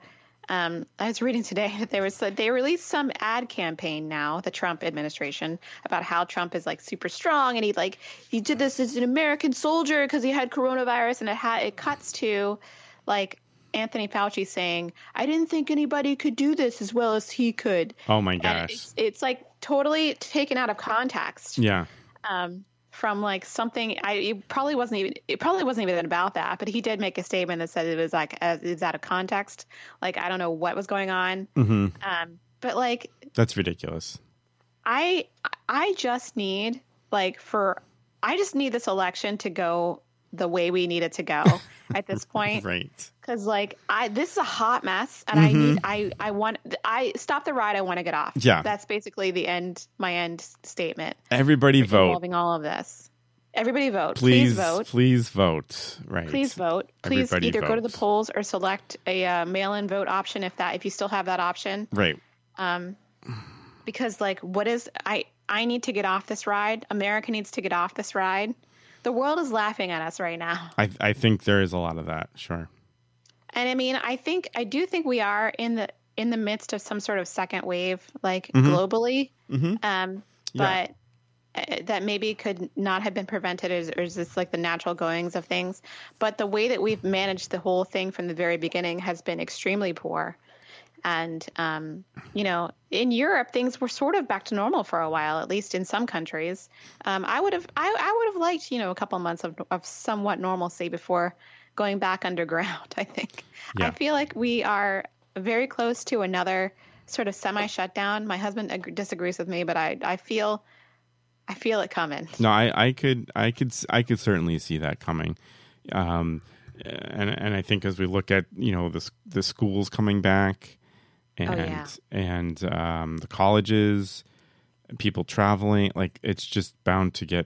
A: um, I was reading today [LAUGHS] that there was they released some ad campaign now the Trump administration about how Trump is like super strong and he like he did this as an American soldier because he had coronavirus and it had it cuts to like Anthony Fauci saying I didn't think anybody could do this as well as he could.
B: oh my
A: And
B: gosh
A: it's, it's like totally taken out of context
B: yeah
A: um, from like something. I it probably wasn't even it probably wasn't even about that, but he did make a statement that said it was like uh, it's out of context. Like I don't know what was going on,
B: hmm
A: um, but like
B: that's ridiculous
A: I I just need like for I just need this election to go the way we need it to
B: [LAUGHS]
A: go at this point
B: right
A: because like I this is a hot mess and
B: Mhm.
A: I need I I want I stop the ride I want to get off
B: Yeah.
A: that's basically the end my end s- statement
B: everybody vote
A: involving all of this everybody vote
B: please
A: vote
B: please vote right
A: please vote please
B: Everybody
A: either go to the
B: votes.
A: polls or select a uh, mail-in vote option if that if you still have that option
B: right
A: um, because like what is i i need to get off this ride america needs to get off this ride the world is laughing at us right now
B: I, I think there is a lot of that sure
A: and i mean i think i do think we are in the in the midst of some sort of second wave like
B: Mhm.
A: globally
B: mm-hmm.
A: um
B: Yeah.
A: but uh that maybe could not have been prevented or is, or is this like the natural goings of things but the way that we've managed the whole thing from the very beginning has been extremely poor and um, you know in europe things were sort of back to normal for a while at least in some countries um, i would have I, I would have liked you know a couple months of, of somewhat normalcy before going back [LAUGHS] underground i think
B: Yeah.
A: i feel like we are very close to another sort of semi shutdown my husband ag- disagrees with me but i i feel i feel it coming
B: No, I, I could, I could, s- I could certainly see that coming, um, and and I think as we look at you know the s- the schools coming back, and
A: Oh, yeah.
B: and um, the colleges, people traveling, like it's just bound to get.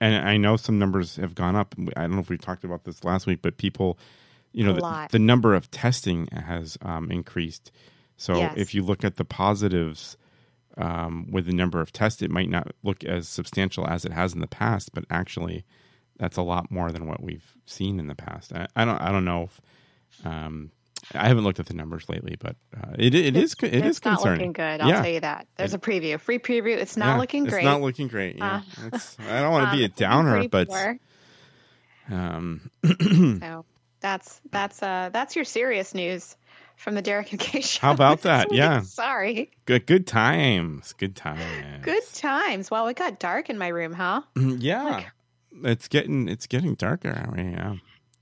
B: And I know some numbers have gone up. I don't know if we talked about this last week, but people, you know,
A: A
B: the,
A: lot.
B: the number of testing has um, increased. So
A: Yes.
B: if you look at the positives um, with the number of tests, it might not look as substantial as it has in the past, but actually, that's a lot more than what we've seen in the past. I, I don't, I don't know if um, I haven't looked at the numbers lately, but uh, it it is it
A: it's
B: is
A: not
B: concerning.
A: looking good i'll
B: Yeah.
A: tell you that there's a preview free preview it's not
B: Yeah.
A: looking great
B: It's not looking great. Yeah.
A: Uh,
B: It's- I don't
A: [LAUGHS]
B: want to
A: Um,
B: be a
A: it's looking
B: downer,
A: pretty
B: but
A: poor.
B: um,
A: So that's that's uh that's your serious news from the Derek and Kay [LAUGHS] show.
B: How about that?
A: this week.
B: Yeah.
A: Sorry.
B: good good times, good times.
A: [LAUGHS] Good times. Well, it got dark in my room, huh?
B: yeah. it's getting it's getting darker out here. Yeah.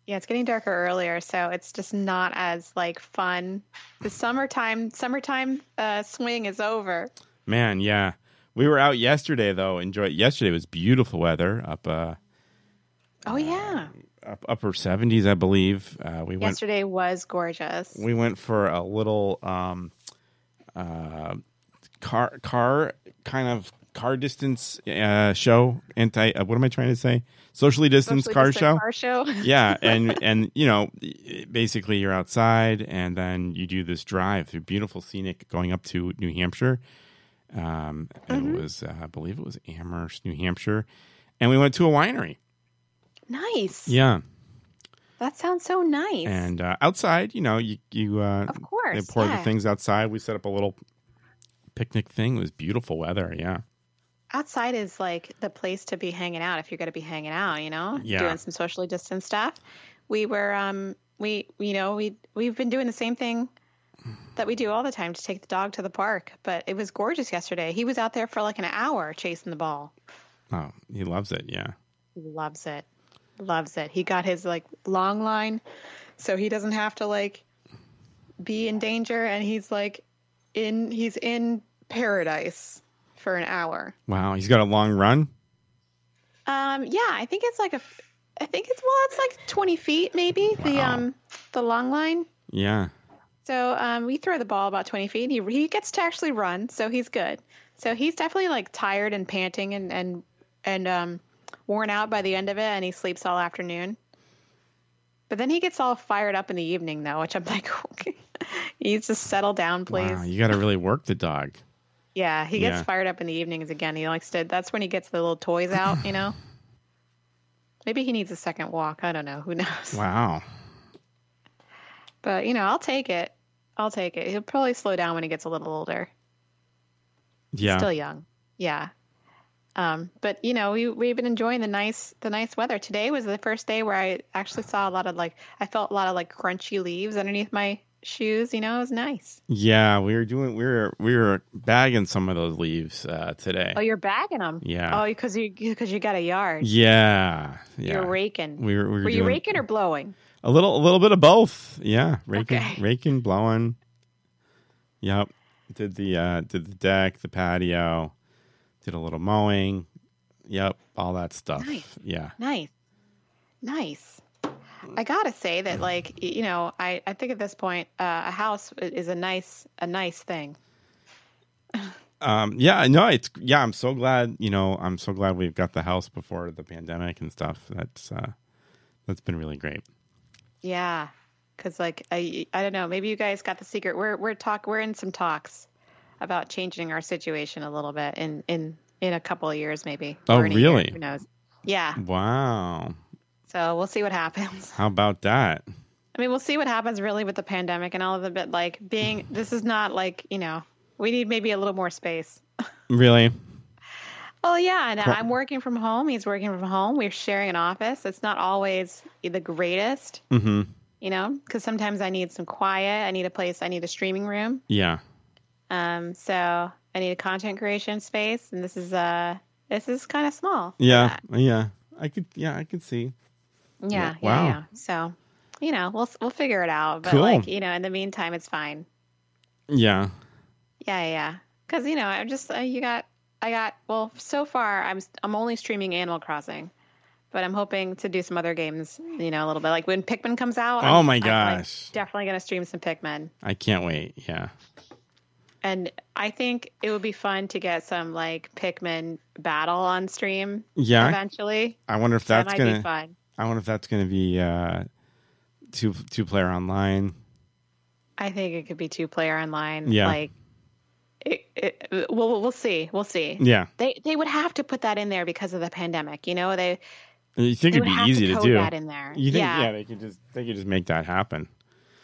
A: Yeah, it's getting darker earlier, so it's just not as like fun. The summertime summertime uh, swing is over.
B: Man, yeah. We were out yesterday though. Enjoy yesterday was beautiful weather up uh
A: Oh yeah.
B: up upper 70s, I believe. Uh we went
A: Yesterday was gorgeous.
B: we went for a little um uh car car kind of car distance uh show anti uh, what am I trying to say? Socially distanced
A: Socially
B: car
A: distant
B: show.
A: Car show. [LAUGHS]
B: yeah, and and you know, basically you're outside, and then you do this drive through beautiful scenic, going up to New Hampshire. Um, and
A: Mm-hmm.
B: It was, uh, I believe, it was Amherst, New Hampshire, and we went to a winery.
A: nice.
B: Yeah,
A: That sounds so nice.
B: and uh, outside, you know, you you uh,
A: Of course,
B: they pour the
A: yeah.
B: things outside. We set up a little picnic thing. It was beautiful weather. Yeah,
A: outside is like the place to be hanging out if you're going to be hanging out you know
B: Yeah.
A: doing some socially distanced stuff we were um we you know we we've been doing the same thing that we do all the time to take the dog to the park but it was gorgeous yesterday he was out there for like an hour chasing the ball
B: oh, he loves it. Yeah,
A: he loves it loves it. He got his like long line, so he doesn't have to like be in danger, and he's like in he's in paradise for an hour.
B: Wow, he's got a long run.
A: Um, yeah, I think it's like a, I think it's well, it's like twenty feet maybe the
B: Wow.
A: um the long line.
B: Yeah.
A: So um, we throw the ball about 20 feet. And he, he gets to actually run, so he's good. So he's definitely like tired and panting and and and um, worn out by the end of it, and he sleeps all afternoon. But then he gets all fired up in the evening, though, which I'm like, [LAUGHS] okay, you just settle down, please.
B: Wow, you got to really work the dog.
A: Yeah, he gets
B: Yeah.
A: fired up in the evenings again. He likes to. That's when he gets the little toys out, you
B: [LAUGHS]
A: know. Maybe he needs a second walk. I don't know. Who knows?
B: Wow.
A: But you know, I'll take it. I'll take it. He'll probably slow down when he gets a little older.
B: Yeah.
A: still young. Yeah. Um, but you know, we we've been enjoying the nice the nice weather. Today was the first day where I actually saw a lot of like I felt a lot of like crunchy leaves underneath my shoes. You know, it was nice.
B: Yeah, we were doing we were we were bagging some of those leaves uh today.
A: Oh, you're bagging them.
B: Yeah.
A: Oh, because you because you got a yard.
B: yeah. Yeah.
A: You're raking.
B: We were we were,
A: were you
B: doing
A: raking or blowing?
B: a little a little bit of both. Yeah, raking
A: Okay.
B: raking blowing. Yep. Did the uh did the deck, the patio, did a little mowing. Yep, all that stuff.
A: Nice.
B: Yeah.
A: Nice. Nice. I gotta say that, like, y- you know, I, I think at this point, uh, a house i- is a nice a nice thing.
B: Um yeah, no, it's yeah, I'm so glad, you know, I'm so glad we've got the house before the pandemic and stuff. That's uh that's been really great.
A: Yeah, because like I, I don't know. Maybe you guys got the secret. We're we're talk. We're in some talks about changing our situation a little bit in in in a couple of years, maybe.
B: Oh,
A: in a year,
B: really? Hmm.
A: who knows? Yeah.
B: Wow.
A: So we'll see what happens. [LAUGHS]
B: How about that?
A: I mean, we'll see what happens really with the pandemic and all of the bit. Like being, this is not like you know. We need maybe a little more space.
B: Really?
A: Oh yeah, and
B: Pro-
A: I'm working from home. He's working from home. We're sharing an office. It's not always the greatest,
B: Mm-hmm.
A: you know, because sometimes I need some quiet. I need a place. I need a streaming room.
B: Yeah.
A: Um, so I need a content creation space, and this is uh this is kind of small.
B: Yeah. Yeah. I could. Yeah, I could see.
A: Yeah, yeah,
B: Wow.
A: yeah. So you know, we'll we'll figure it out. But
B: Cool.
A: like you know, in the meantime, it's fine.
B: Yeah.
A: Yeah, yeah, yeah. Because you know, I'm just uh, you got I got well so far. I'm I'm only streaming Animal Crossing. But I'm hoping to do some other games, you know, a little bit. Like when Pikmin comes out.
B: Oh
A: I'm-
B: my
A: I'm, like,
B: gosh.
A: definitely gonna stream some Pikmin.
B: I can't wait. Yeah.
A: And I think it would be fun to get some like Pikmin battle on stream
B: Yeah.
A: eventually.
B: I wonder if
A: That
B: that's
A: might be
B: gonna.
A: fun.
B: I wonder if that's gonna be uh, two two player online.
A: I think it could be two player online.
B: Yeah.
A: Like, it, it, we'll we'll see. We'll see.
B: Yeah.
A: They they would have to put that in there because of the pandemic. You know they,
B: You think
A: they
B: it'd
A: would
B: be
A: have
B: easy
A: to
B: to,
A: code
B: do?
A: that in there.
B: You think? Yeah.
A: yeah.
B: They could just. They could just make that happen.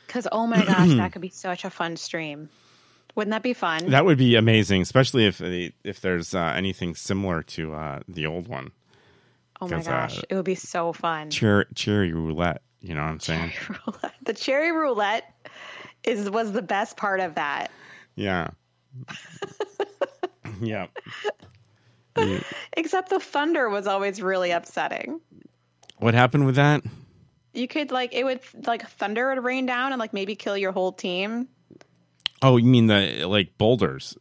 A: Because oh my gosh,
B: [CLEARS THROAT]
A: that could be such a fun stream. Wouldn't that be fun?
B: That would be amazing, especially if they, if there's uh, anything similar to uh, the old one,
A: oh my
B: 'cause, uh,
A: gosh, it would be so fun.
B: Cher- cherry roulette. You know what
A: [LAUGHS]
B: I'm saying?
A: Roulette. the cherry roulette is was the best part of that. [LAUGHS]
B: Yeah. yeah.
A: Except the thunder was always really upsetting.
B: What happened with that?
A: You could like it would like thunder would rain down and like maybe kill your whole team.
B: Oh, you mean the like boulders?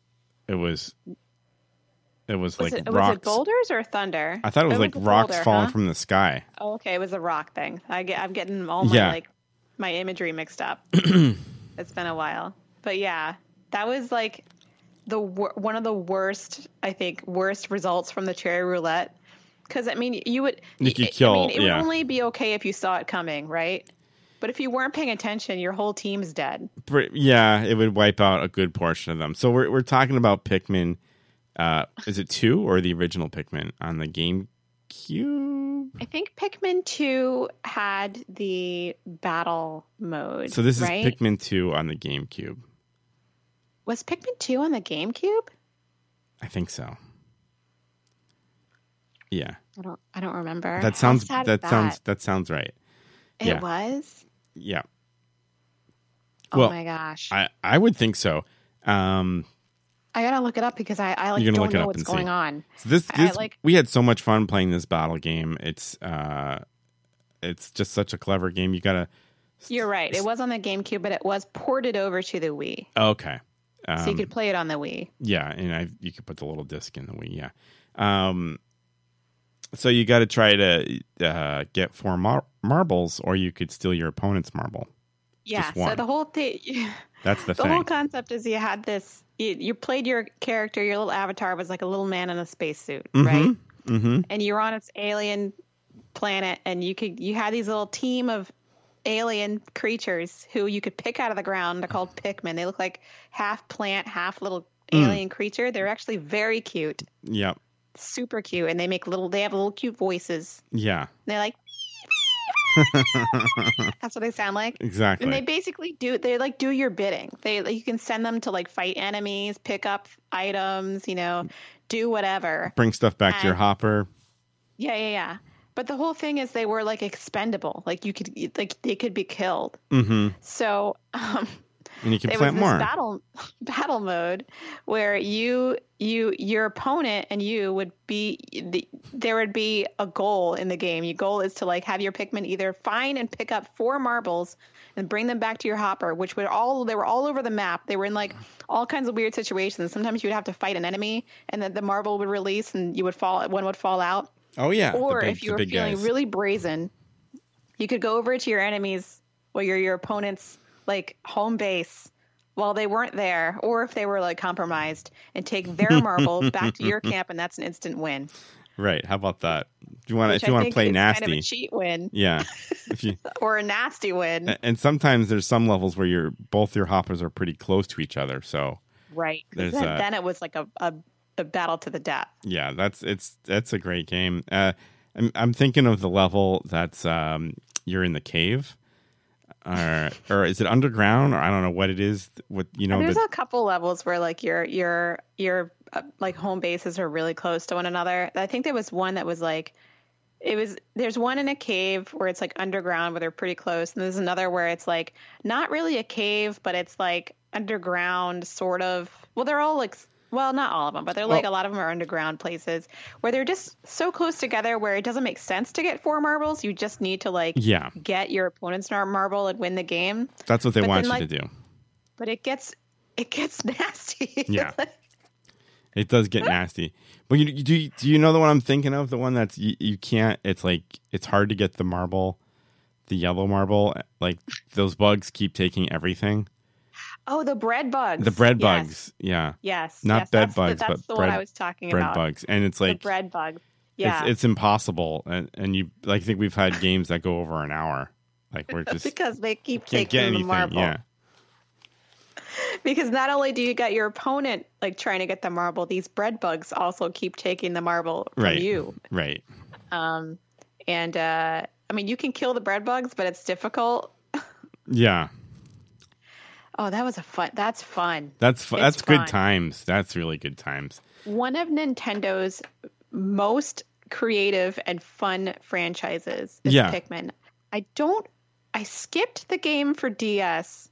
B: It was. It was,
A: Was,
B: like
A: it, was
B: rocks.
A: it boulders or thunder?
B: I thought it was like
A: a
B: rocks
A: boulder,
B: falling
A: huh?
B: from the sky.
A: Oh, okay, it was a rock thing. I get, I'm getting all my
B: Yeah.
A: like my imagery mixed
B: [CLEARS THROAT]
A: up. it's been a while, but yeah, that was like the wor- one of the worst, I think, worst results from the cherry roulette. Because I mean, you would
B: You could
A: I mean,
B: kill,
A: it
B: yeah.
A: would only be okay if you saw it coming, right? But if you weren't paying attention, your whole team's dead.
B: Br- Yeah, it would wipe out a good portion of them. So we're we're talking about Pikmin. Uh, is it two or the original Pikmin on the GameCube?
A: I think Pikmin Two had the battle mode.
B: So this is
A: right?
B: Pikmin two on the GameCube.
A: Was Pikmin 2 on the GameCube?
B: I think so. Yeah,
A: I don't I don't remember.
B: that
A: How
B: sounds
A: sad
B: that,
A: is
B: sounds that sounds right.
A: It
B: yeah.
A: was?
B: Yeah.
A: Oh
B: Well,
A: my gosh. I,
B: I I would think so. Um,
A: got to look it up because I I like
B: You're
A: don't
B: gonna look it
A: know
B: up
A: what's
B: and
A: going
B: see.
A: on.
B: So this,
A: I- I
B: this
A: like-
B: we had so much fun playing this battle game. It's uh, it's just such a clever game. You gotta
A: You're right. It was on the GameCube, but it was ported over to the Wii.
B: okay.
A: so you
B: Um,
A: could play it on the Wii.
B: Yeah, and I you could put the little disc in the Wii. Yeah. Um, so you got to try to uh, get four mar- marbles, or you could steal your opponent's marble.
A: Yeah.
B: just
A: So
B: one.
A: the whole thing. [LAUGHS]
B: That's the,
A: the
B: thing.
A: whole concept is you had this you, you played your character your little avatar was like a little man in a spacesuit right
B: Mm-hmm.
A: and you're on its alien planet and you could you had these little team of alien creatures who you could pick out of the ground they're called pikmin they look like half plant half little
B: Mm.
A: alien creature they're actually very cute
B: Yep.
A: super cute and they make little they have little cute voices
B: Yeah.
A: And
B: [LAUGHS]
A: they're like that's what they sound like
B: exactly.
A: and they basically do they like do your bidding. They like, you can send them to like fight enemies, pick up items, you know, do whatever.
B: Bring stuff back to your
A: and-
B: hopper.
A: Yeah, yeah, yeah. But the whole thing is they were like expendable. Like you could like they could be killed.
B: Mm-hmm.
A: So um
B: And you can
A: there
B: plant
A: was this
B: more.
A: battle [LAUGHS] battle mode where you you your opponent and you would be the, there would be a goal in the game. Your goal is to like have your Pikmin either find and pick up four marbles and bring them back to your hopper, which were all they were all over the map. They were in like all kinds of weird situations. Sometimes you would have to fight an enemy, and then the marble would release, and you would fall. One would fall out
B: Oh yeah. the
A: or
B: big-
A: if you
B: the
A: were
B: big
A: feeling
B: guys.
A: really brazen, you could go over to your enemies or your your opponent's like home base while they weren't there, or if they were like compromised, and take their marble back
B: [LAUGHS]
A: to your camp, and that's an instant win.
B: right, how about that? If you want to,
A: which
B: if you
A: I
B: want to
A: think
B: play
A: is
B: nasty,
A: kind of a cheat win
B: yeah. Eh,
A: [LAUGHS]
B: If you
A: or a nasty win,
B: a- and sometimes there's some levels where your both your hoppers are pretty close to each other, so.
A: right? 'Cause
B: there's
A: Then,
B: a-
A: then it was like a, a a battle to the death.
B: yeah that's it's that's a great game uh i'm, I'm thinking of the level that's um you're in the cave or or is it underground or i don't know what it is what you know
A: And there's
B: the,
A: a couple levels where like your your your uh, like home bases are really close to one another. I think there was one that was like it was there's one in a cave where it's like underground where they're pretty close and there's another where it's like not really a cave but it's like underground sort of well they're all like s- well not all of them but they're like
B: Well-
A: a lot of them are underground places where they're just so close together where it doesn't make sense to get four marbles you just need to like
B: yeah
A: get your opponent's nar- marble and win the game
B: that's what they
A: but
B: want you
A: then,
B: to do
A: but it gets [LAUGHS] it gets nasty. [LAUGHS]
B: Yeah. it does get nasty but you, you do do you know the one i'm thinking of the one that's you, you can't it's like it's hard to get the marble the yellow marble like those bugs keep taking everything
A: oh, the bread bugs.
B: the bread
A: Yes.
B: bugs yeah
A: Yes.
B: Not
A: yes,
B: bed
A: that's the-
B: bugs,
A: that's
B: but
A: the
B: bread-
A: one I was talking
B: bread
A: about.
B: bugs and it's like
A: the bread bugs.
B: It's-
A: Yeah.
B: it's, impossible and, and you like I think we've had games that go over an hour like we're just
A: [LAUGHS] because they keep
B: can't
A: taking
B: get
A: the
B: anything
A: marble.
B: yeah
A: [LAUGHS] Because not only do you get your opponent like trying to get the marble, these bread bugs also keep taking the marble from
B: Right.
A: you.
B: right
A: Um, and uh, I mean, you can kill the bread bugs, but it's difficult.
B: yeah
A: Oh, that was a fun. That's fun.
B: that's fu-
A: It's
B: that's
A: fun.
B: good times that's really good times
A: one of Nintendo's most creative and fun franchises is
B: Yeah.
A: Pikmin. I don't I skipped the game for DS,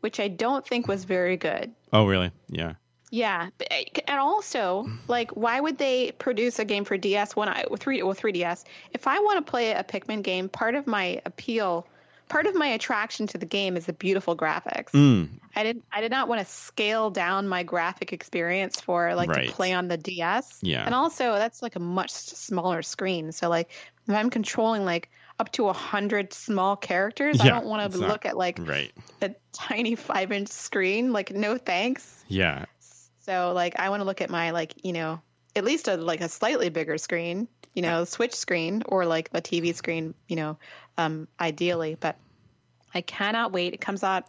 A: which I don't think was very good.
B: oh really yeah
A: Yeah, but- and also, like, why would they produce a game for DS when I three well three DS? If I want to play a Pikmin game, part of my appeal, part of my attraction to the game is the beautiful graphics.
B: mm,
A: I didn't. I did not want to scale down my graphic experience for like
B: Right.
A: to play on the DS.
B: Yeah.
A: And also, that's like a much smaller screen. So like, if I'm controlling like up to a hundred small characters, I
B: Yeah,
A: don't want
B: it's
A: to
B: not-
A: look at like
B: right
A: a tiny five inch screen. Like, no thanks.
B: yeah
A: So like, I want to look at my like you know at least a like a slightly bigger screen. You know, Switch screen or like a TV screen. You know, um, ideally, but I cannot wait. It comes out.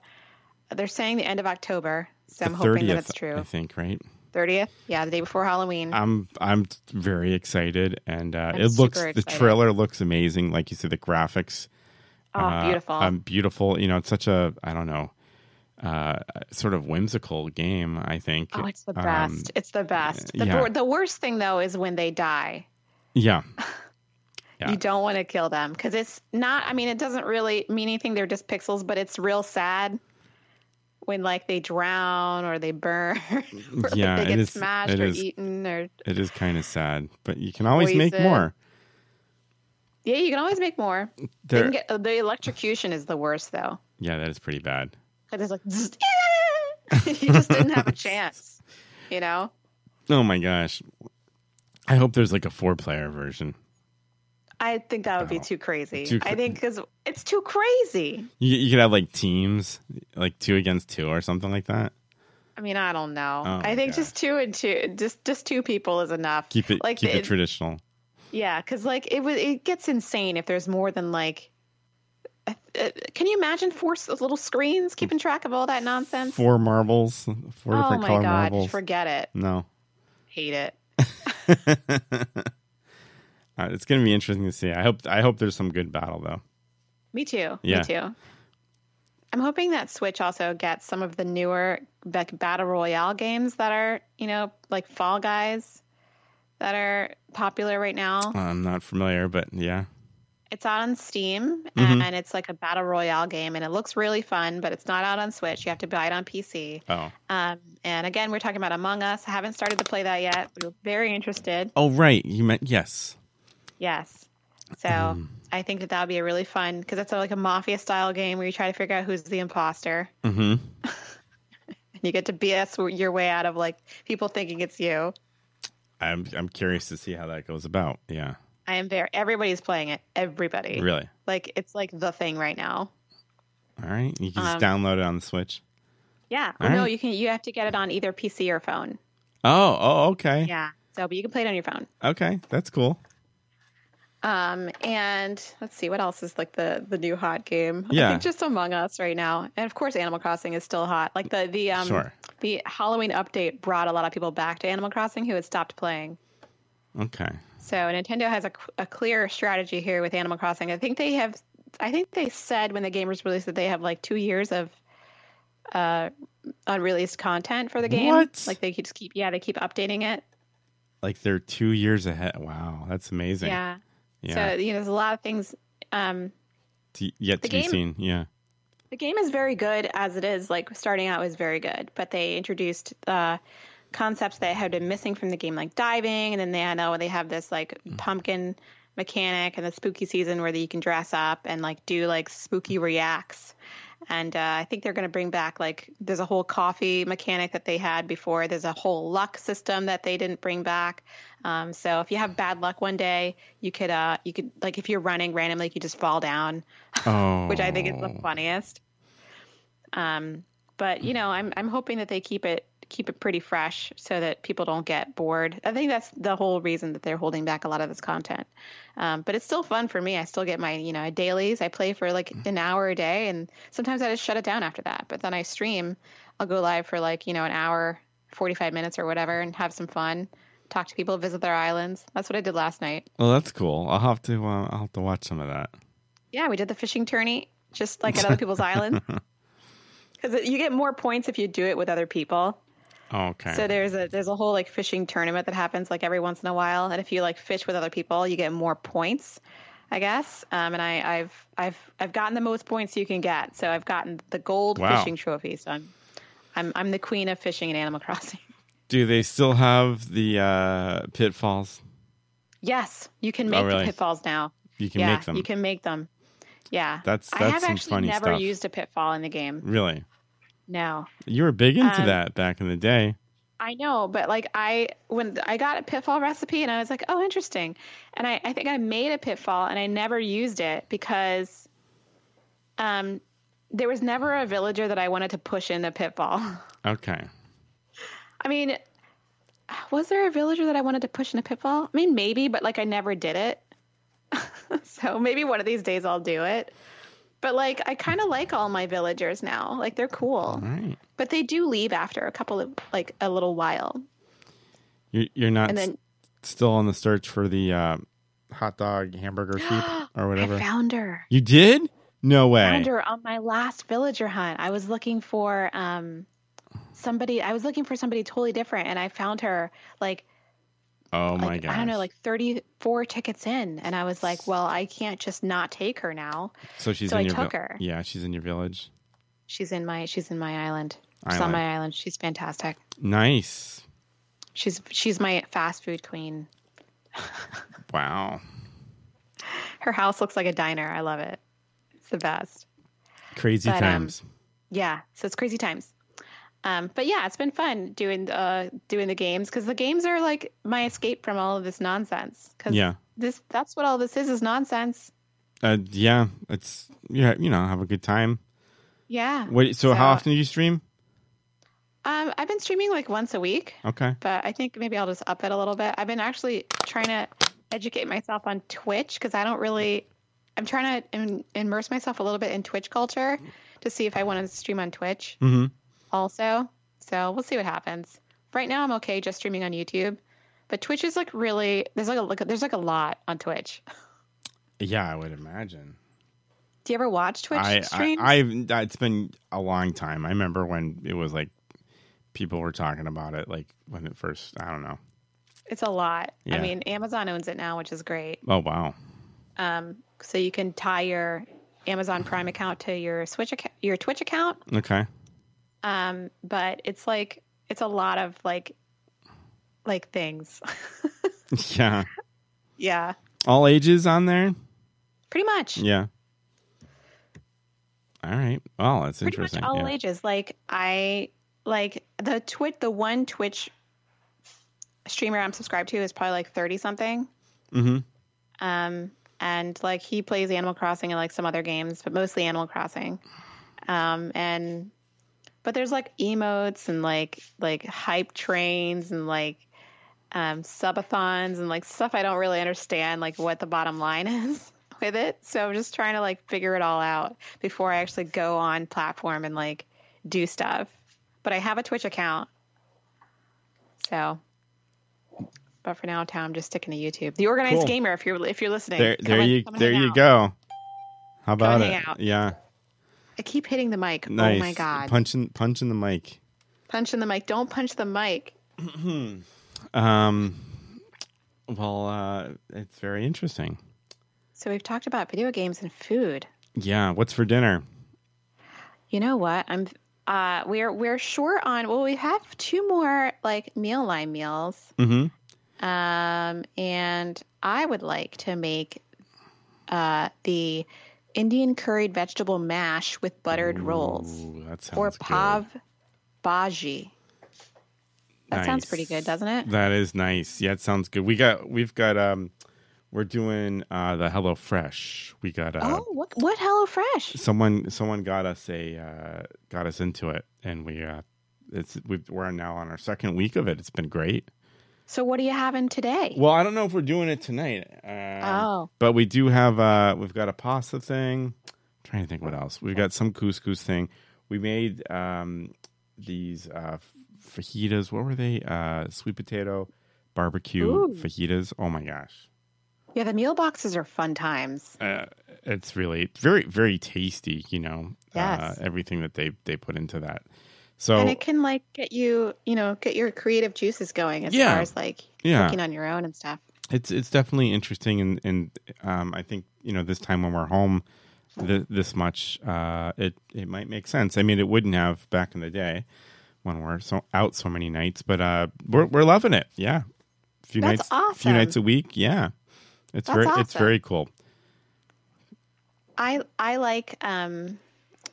A: They're saying the end of October, so I'm
B: The
A: hoping that it's
B: I
A: true.
B: think right
A: Thirtieth, yeah, the day before Halloween.
B: I'm I'm very excited and uh,
A: I'm
B: it looks
A: super
B: the
A: excited.
B: trailer looks amazing like you said the graphics
A: oh,
B: uh,
A: beautiful.
B: um, beautiful you know it's such a I don't know uh, sort of whimsical game I think
A: oh, it's the
B: um,
A: best. it's the best. The,
B: yeah.
A: wor- the worst thing though is when they die.
B: yeah Yeah.
A: You don't want to kill them because it's not. I mean, it doesn't really mean anything. They're just pixels, but it's real sad when like they drown or they burn, [LAUGHS] or like,
B: Yeah,
A: they
B: it
A: get
B: is-
A: smashed
B: it
A: or
B: is-
A: eaten or
B: It is kind of sad, but you can always make
A: Poison.
B: more.
A: Yeah, you can always make more. You
B: There-
A: can get- uh, the electrocution is the worst though.
B: Yeah, that is pretty bad.
A: It is like [LAUGHS] you just didn't
B: [LAUGHS]
A: have a chance. You know?
B: Oh my gosh. I hope there's like a four player version.
A: I think that would be too crazy.
B: Too cra-
A: I think because it's too crazy.
B: You, you could have like teams, like two against two or something like that.
A: I mean, I don't know.
B: Oh, my
A: I think just two and two, just just two people is enough.
B: Keep it
A: like
B: keep it,
A: it-
B: traditional.
A: Yeah, because like it was, it gets insane if there's more than like. uh, uh, Can you imagine four s- little screens keeping track of all that nonsense?
B: Four marbles, four
A: oh
B: different
A: my
B: color
A: god,
B: marbles.
A: forget it.
B: No.
A: Hate it.
B: Uh, it's going to be interesting to see. I hope I hope there's some good battle though.
A: Me too.
B: Yeah.
A: Me too. I'm hoping that Switch also gets some of the newer like battle royale games that are, you know, like Fall Guys that are popular right now.
B: I'm not familiar, but yeah.
A: It's out on Steam
B: Mhm.
A: and it's like a battle royale game and it looks really fun, but it's not out on Switch. You have to buy it on PC.
B: Oh.
A: Um, and again, we're talking about Among Us. I haven't started to play that yet. We were very interested.
B: Oh right, you meant yes.
A: Yes. So
B: Mm.
A: I think that that would be a really fun because it's like a mafia style game where you try to figure out who's the imposter
B: Mhm.
A: and you get to BS your way out of like people thinking it's you.
B: I'm I'm curious to see how that goes about. Yeah.
A: I am very, everybody's playing it. Everybody.
B: Really.
A: Like it's like the thing right now.
B: All right. You can just
A: Um,
B: download it on the Switch.
A: Yeah.
B: All
A: no,
B: right.
A: you can, you have to get it on either PC or phone.
B: Oh, oh, okay.
A: Yeah. So, but you can play it on your phone.
B: Okay, that's cool.
A: Um, and let's see what else is like the the new hot game.
B: Yeah.
A: I think just Among Us right now, and of course Animal Crossing is still hot. Like the the um
B: Sure.
A: the Halloween update brought a lot of people back to Animal Crossing who had stopped playing.
B: Okay.
A: So Nintendo has a, c- a clear strategy here with Animal Crossing. I think they have, I think they said when the game was released that they have like two years of uh unreleased content for the game.
B: What?
A: Like they just keep yeah they keep updating it.
B: Like they're two years ahead. Wow, that's amazing.
A: Yeah.
B: Yeah.
A: So you know there's a lot of things. Um,
B: To- yet
A: the
B: to be
A: game-
B: seen. Yeah.
A: The game is very good as it is. Like starting out was very good, but they introduced uh, concepts that had been missing from the game, like diving, and then they I know they have this like pumpkin mechanic and the spooky season where you can dress up and like do like spooky reacts. And uh, I think they're going to bring back like there's a whole coffee mechanic that they had before. There's a whole luck system that they didn't bring back. Um, so if you have bad luck one day, you could uh, you could like if you're running randomly, you could just fall down
B: Oh.
A: which I think is the funniest. Um, but you know, I'm I'm hoping that they keep it keep it pretty fresh so that people don't get bored. I think that's the whole reason that they're holding back a lot of this content. Um, but it's still fun for me. I still get my you know dailies. I play for like an hour a day, and sometimes I just shut it down after that. But then I stream. I'll go live for like you know an hour, forty five minutes or whatever, and have some fun. Talk to people, visit their islands. That's what I did last night.
B: Well, that's cool. I'll have to. Uh, I'll have to watch some of that.
A: Yeah, we did the fishing tourney just like at other
B: [LAUGHS]
A: people's islands. Because you get more points if you do it with other people.
B: Oh, Okay.
A: So there's a there's a whole like fishing tournament that happens like every once in a while, and if you like fish with other people, you get more points, I guess. Um, and I, I've I've I've gotten the most points you can get, so I've gotten the gold
B: Wow.
A: fishing trophy. So I'm I'm I'm the queen of fishing in Animal [LAUGHS] Crossing.
B: Do they still have the uh, pitfalls?
A: Yes, you can
B: Oh,
A: make
B: really?
A: the pitfalls now.
B: You can
A: yeah,
B: make them.
A: You can make them. Yeah,
B: That's-
A: I
B: that's
A: have
B: some
A: actually
B: funny
A: never
B: stuff.
A: used a pitfall in the game.
B: Really?
A: No.
B: You were big into
A: Um,
B: that back in the day.
A: I know, but like I when I got a pitfall recipe and I was like, oh, interesting, and I, I think I made a pitfall and I never used it because, um, there was never a villager that I wanted to push in a pitfall. [LAUGHS]
B: Okay.
A: I mean, was there a villager that I wanted to push in a pitfall? I mean, maybe, but like I never did it. [LAUGHS] so maybe one of these days I'll do it. But like I kind of like all my villagers now. Like they're cool,
B: All right.
A: but they do leave after a couple of like a little while.
B: You're you're not
A: And then-
B: s- still on the search for the uh, hot dog
A: [GASPS]
B: hamburger soup or whatever.
A: I found her.
B: you did? No way.
A: Found her on my last villager hunt. I was looking for um somebody. I was looking for somebody totally different, and I found her like
B: Oh my
A: like,
B: god.
A: I don't know, like thirty four tickets in, and I was like, well, I can't just not take her now.
B: so she's
A: so
B: in
A: I
B: your
A: took
B: vil-
A: her.
B: Yeah, she's in your village.
A: She's in my she's in my island. She's
B: Island.
A: on my island. She's fantastic.
B: Nice.
A: She's she's my fast food queen.
B: Wow.
A: Her house looks like a diner. I love it. It's the best.
B: Crazy
A: But, um,
B: times.
A: Yeah, so it's crazy times. Um, but yeah, it's been fun doing uh doing the games because the games are like my escape from all of this nonsense. Because
B: Yeah.
A: this that's what all this is is nonsense.
B: Uh, yeah, it's yeah, you know, have a good time.
A: Yeah.
B: Wait, so, how often do you stream?
A: Um, I've been streaming like once a week,
B: Okay.
A: but I think maybe I'll just up it a little bit. I've been actually trying to educate myself on Twitch because I don't really. I'm trying to im- immerse myself a little bit in Twitch culture to see if I want to stream on Twitch
B: Mm-hmm.
A: also. So we'll see what happens. Right now, I'm okay just streaming on YouTube, but Twitch is like really there's like a like, there's like a lot on Twitch.
B: Yeah, I would imagine.
A: Do you ever watch Twitch
B: I,
A: streams?
B: I, I've it's been a long time. I remember when it was like people were talking about it, like when it first. I don't know.
A: it's a lot.
B: Yeah.
A: I mean, Amazon owns it now, which is great.
B: Oh wow.
A: Um, so you can tie your Amazon Prime account to your Switch account, your Twitch account.
B: Okay. [LAUGHS]
A: Um, but it's like it's a lot of like like things. [LAUGHS]
B: yeah.
A: yeah,
B: All ages on there.
A: pretty much.
B: Yeah. All right. Well, that's
A: pretty much
B: interesting.
A: all
B: yeah.
A: ages. Like I like the twit the one Twitch streamer I'm subscribed to is probably like thirty something.
B: Mm-hmm.
A: Um, and like he plays Animal Crossing and like some other games, but mostly Animal Crossing. Um, and but there's like emotes and like like hype trains and like um, subathons and like stuff I don't really understand like what the bottom line [LAUGHS] is with it. So I'm just trying to like figure it all out before I actually go on platform and like do stuff. But I have a Twitch account, so. But for now, Tom, I'm just sticking to YouTube. The organized
B: Cool.
A: gamer, if you're if you're listening,
B: There,
A: come
B: there
A: and-
B: you,
A: come and
B: there
A: hang
B: you
A: out.
B: go. How about
A: hang
B: it?
A: out.
B: Yeah.
A: I keep hitting the mic.
B: Nice.
A: Oh my god!
B: Punching, punching the mic.
A: punch in the mic. Don't punch the mic.
B: Um. Well, uh, it's very interesting.
A: So we've talked about video games and food.
B: Yeah. What's for dinner?
A: You know what? I'm uh we're we're short on well we have two more like meal line meals.
B: Mm-hmm.
A: Um and I would like to make uh the Indian curried vegetable mash with buttered rolls
B: Ooh, that sounds
A: or
B: good.
A: pav bhaji. That sounds
B: Nice.
A: pretty good, doesn't it?
B: That is nice. Yeah, it sounds good. We got, we've got, um, we're doing uh the Hello Fresh. We got uh,
A: oh, what what hello fresh.
B: someone, someone got us a, uh, got us into it, and we, uh, it's we've, we're now on our second week of it. It's been great.
A: So what are you having today?
B: Well, I don't know if we're doing it tonight. Um,
A: oh,
B: But we do have uh we've got a pasta thing. trying to think what else. We've got some couscous thing. We made um these uh fajitas. What were they? Uh sweet potato barbecue
A: Ooh.
B: fajitas. Oh my gosh.
A: yeah, the meal boxes are fun times.
B: Uh, it's really it's very very tasty, you know.
A: Yes.
B: Uh, everything that they they put into that. So
A: and it can like get you, you know, get your creative juices going as
B: Yeah.
A: far as like
B: Yeah.
A: cooking on your own and stuff.
B: it's it's definitely interesting and and um, I think you know this time when we're home th- this much uh, it it might make sense. I mean it wouldn't have back in the day when we're so out so many nights, but uh, we're we're loving it. Yeah, few
A: That's
B: nights, few
A: awesome.
B: nights a week. Yeah, it's
A: That's
B: very it's
A: awesome.
B: very cool.
A: I I like um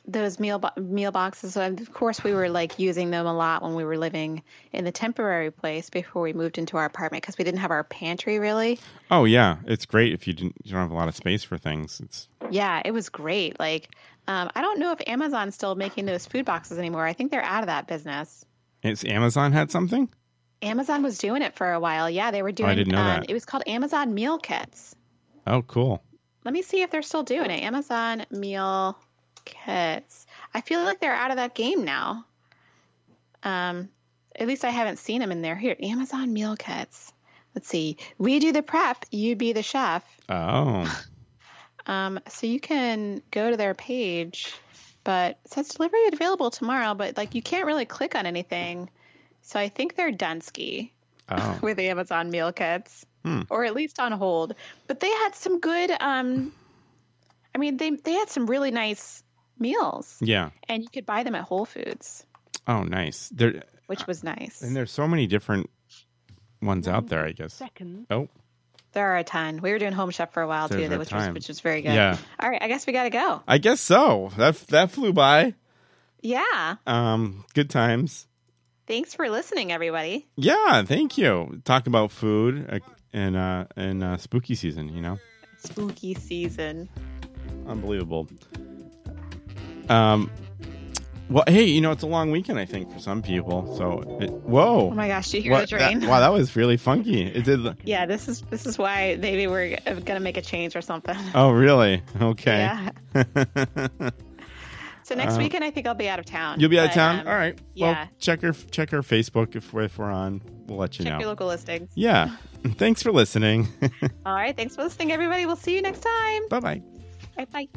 A: those meal bo- meal boxes. And Of course, we were like using them a lot when we were living in the temporary place before we moved into our apartment because we didn't have our pantry really.
B: Oh yeah, it's great if you didn't you don't have a lot of space for things. It's
A: Yeah, it was great. Like, um, I don't know if Amazon's still making those food boxes anymore. I think they're out of that business.
B: it's Amazon had something.
A: Amazon was doing it for a while. Yeah, they were doing.
B: didn't know
A: um,
B: that.
A: It was called Amazon Meal Kits.
B: Oh cool.
A: Let me see if they're still doing it. Amazon meal kits. I feel like they're out of that game now. Um, at least I haven't seen them in there. Here, Amazon meal kits. Let's see. We do the prep. You be the chef. [LAUGHS]
B: Oh
A: Um, so you can go to their page, but it says delivery available tomorrow. But like you can't really click on anything. So I think they're Dunsky [LAUGHS]
B: oh Hmm.
A: with Amazon meal kits, or at least on hold. But they had some good. Um, I mean, they they had some really nice meals,
B: yeah
A: and you could buy them at Whole Foods,
B: oh nice. There
A: which was nice.
B: And there's so many different ones out there, I guess. Oh,
A: There are a ton. We were doing Home Chef for a while
B: There's
A: too,
B: our
A: which
B: time.
A: was which was very good.
B: Yeah.
A: All right, I guess we got to go.
B: I guess so. That that flew by.
A: Yeah.
B: Um, good times.
A: Thanks for listening, everybody.
B: Yeah, thank you. Talk about food uh, and uh and uh, spooky season. You know,
A: Spooky season.
B: unbelievable. Um, well, hey, you know it's a long weekend. I think for some people. So, it, whoa.
A: Oh my gosh, did you hear
B: What-
A: the drain? [LAUGHS]
B: that- wow, that was really funky. It did. the-
A: Yeah, this is this is why they, they were gonna make a change or something. [LAUGHS]
B: Oh, really? Okay.
A: Yeah. So next
B: Uh,
A: weekend, I think I'll be out of town.
B: [LAUGHS] You'll be out of
A: But,
B: town.
A: um,
B: All right.
A: Yeah.
B: Well, check our check our Facebook if we're, if we're on. We'll let you
A: check
B: know.
A: your local listings.
B: yeah. [LAUGHS] Thanks for listening. [LAUGHS]
A: All right. Thanks for listening, everybody. We'll see you next time.
B: bye bye.
A: Bye bye.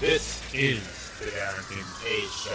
J: This is the Darrington K Show.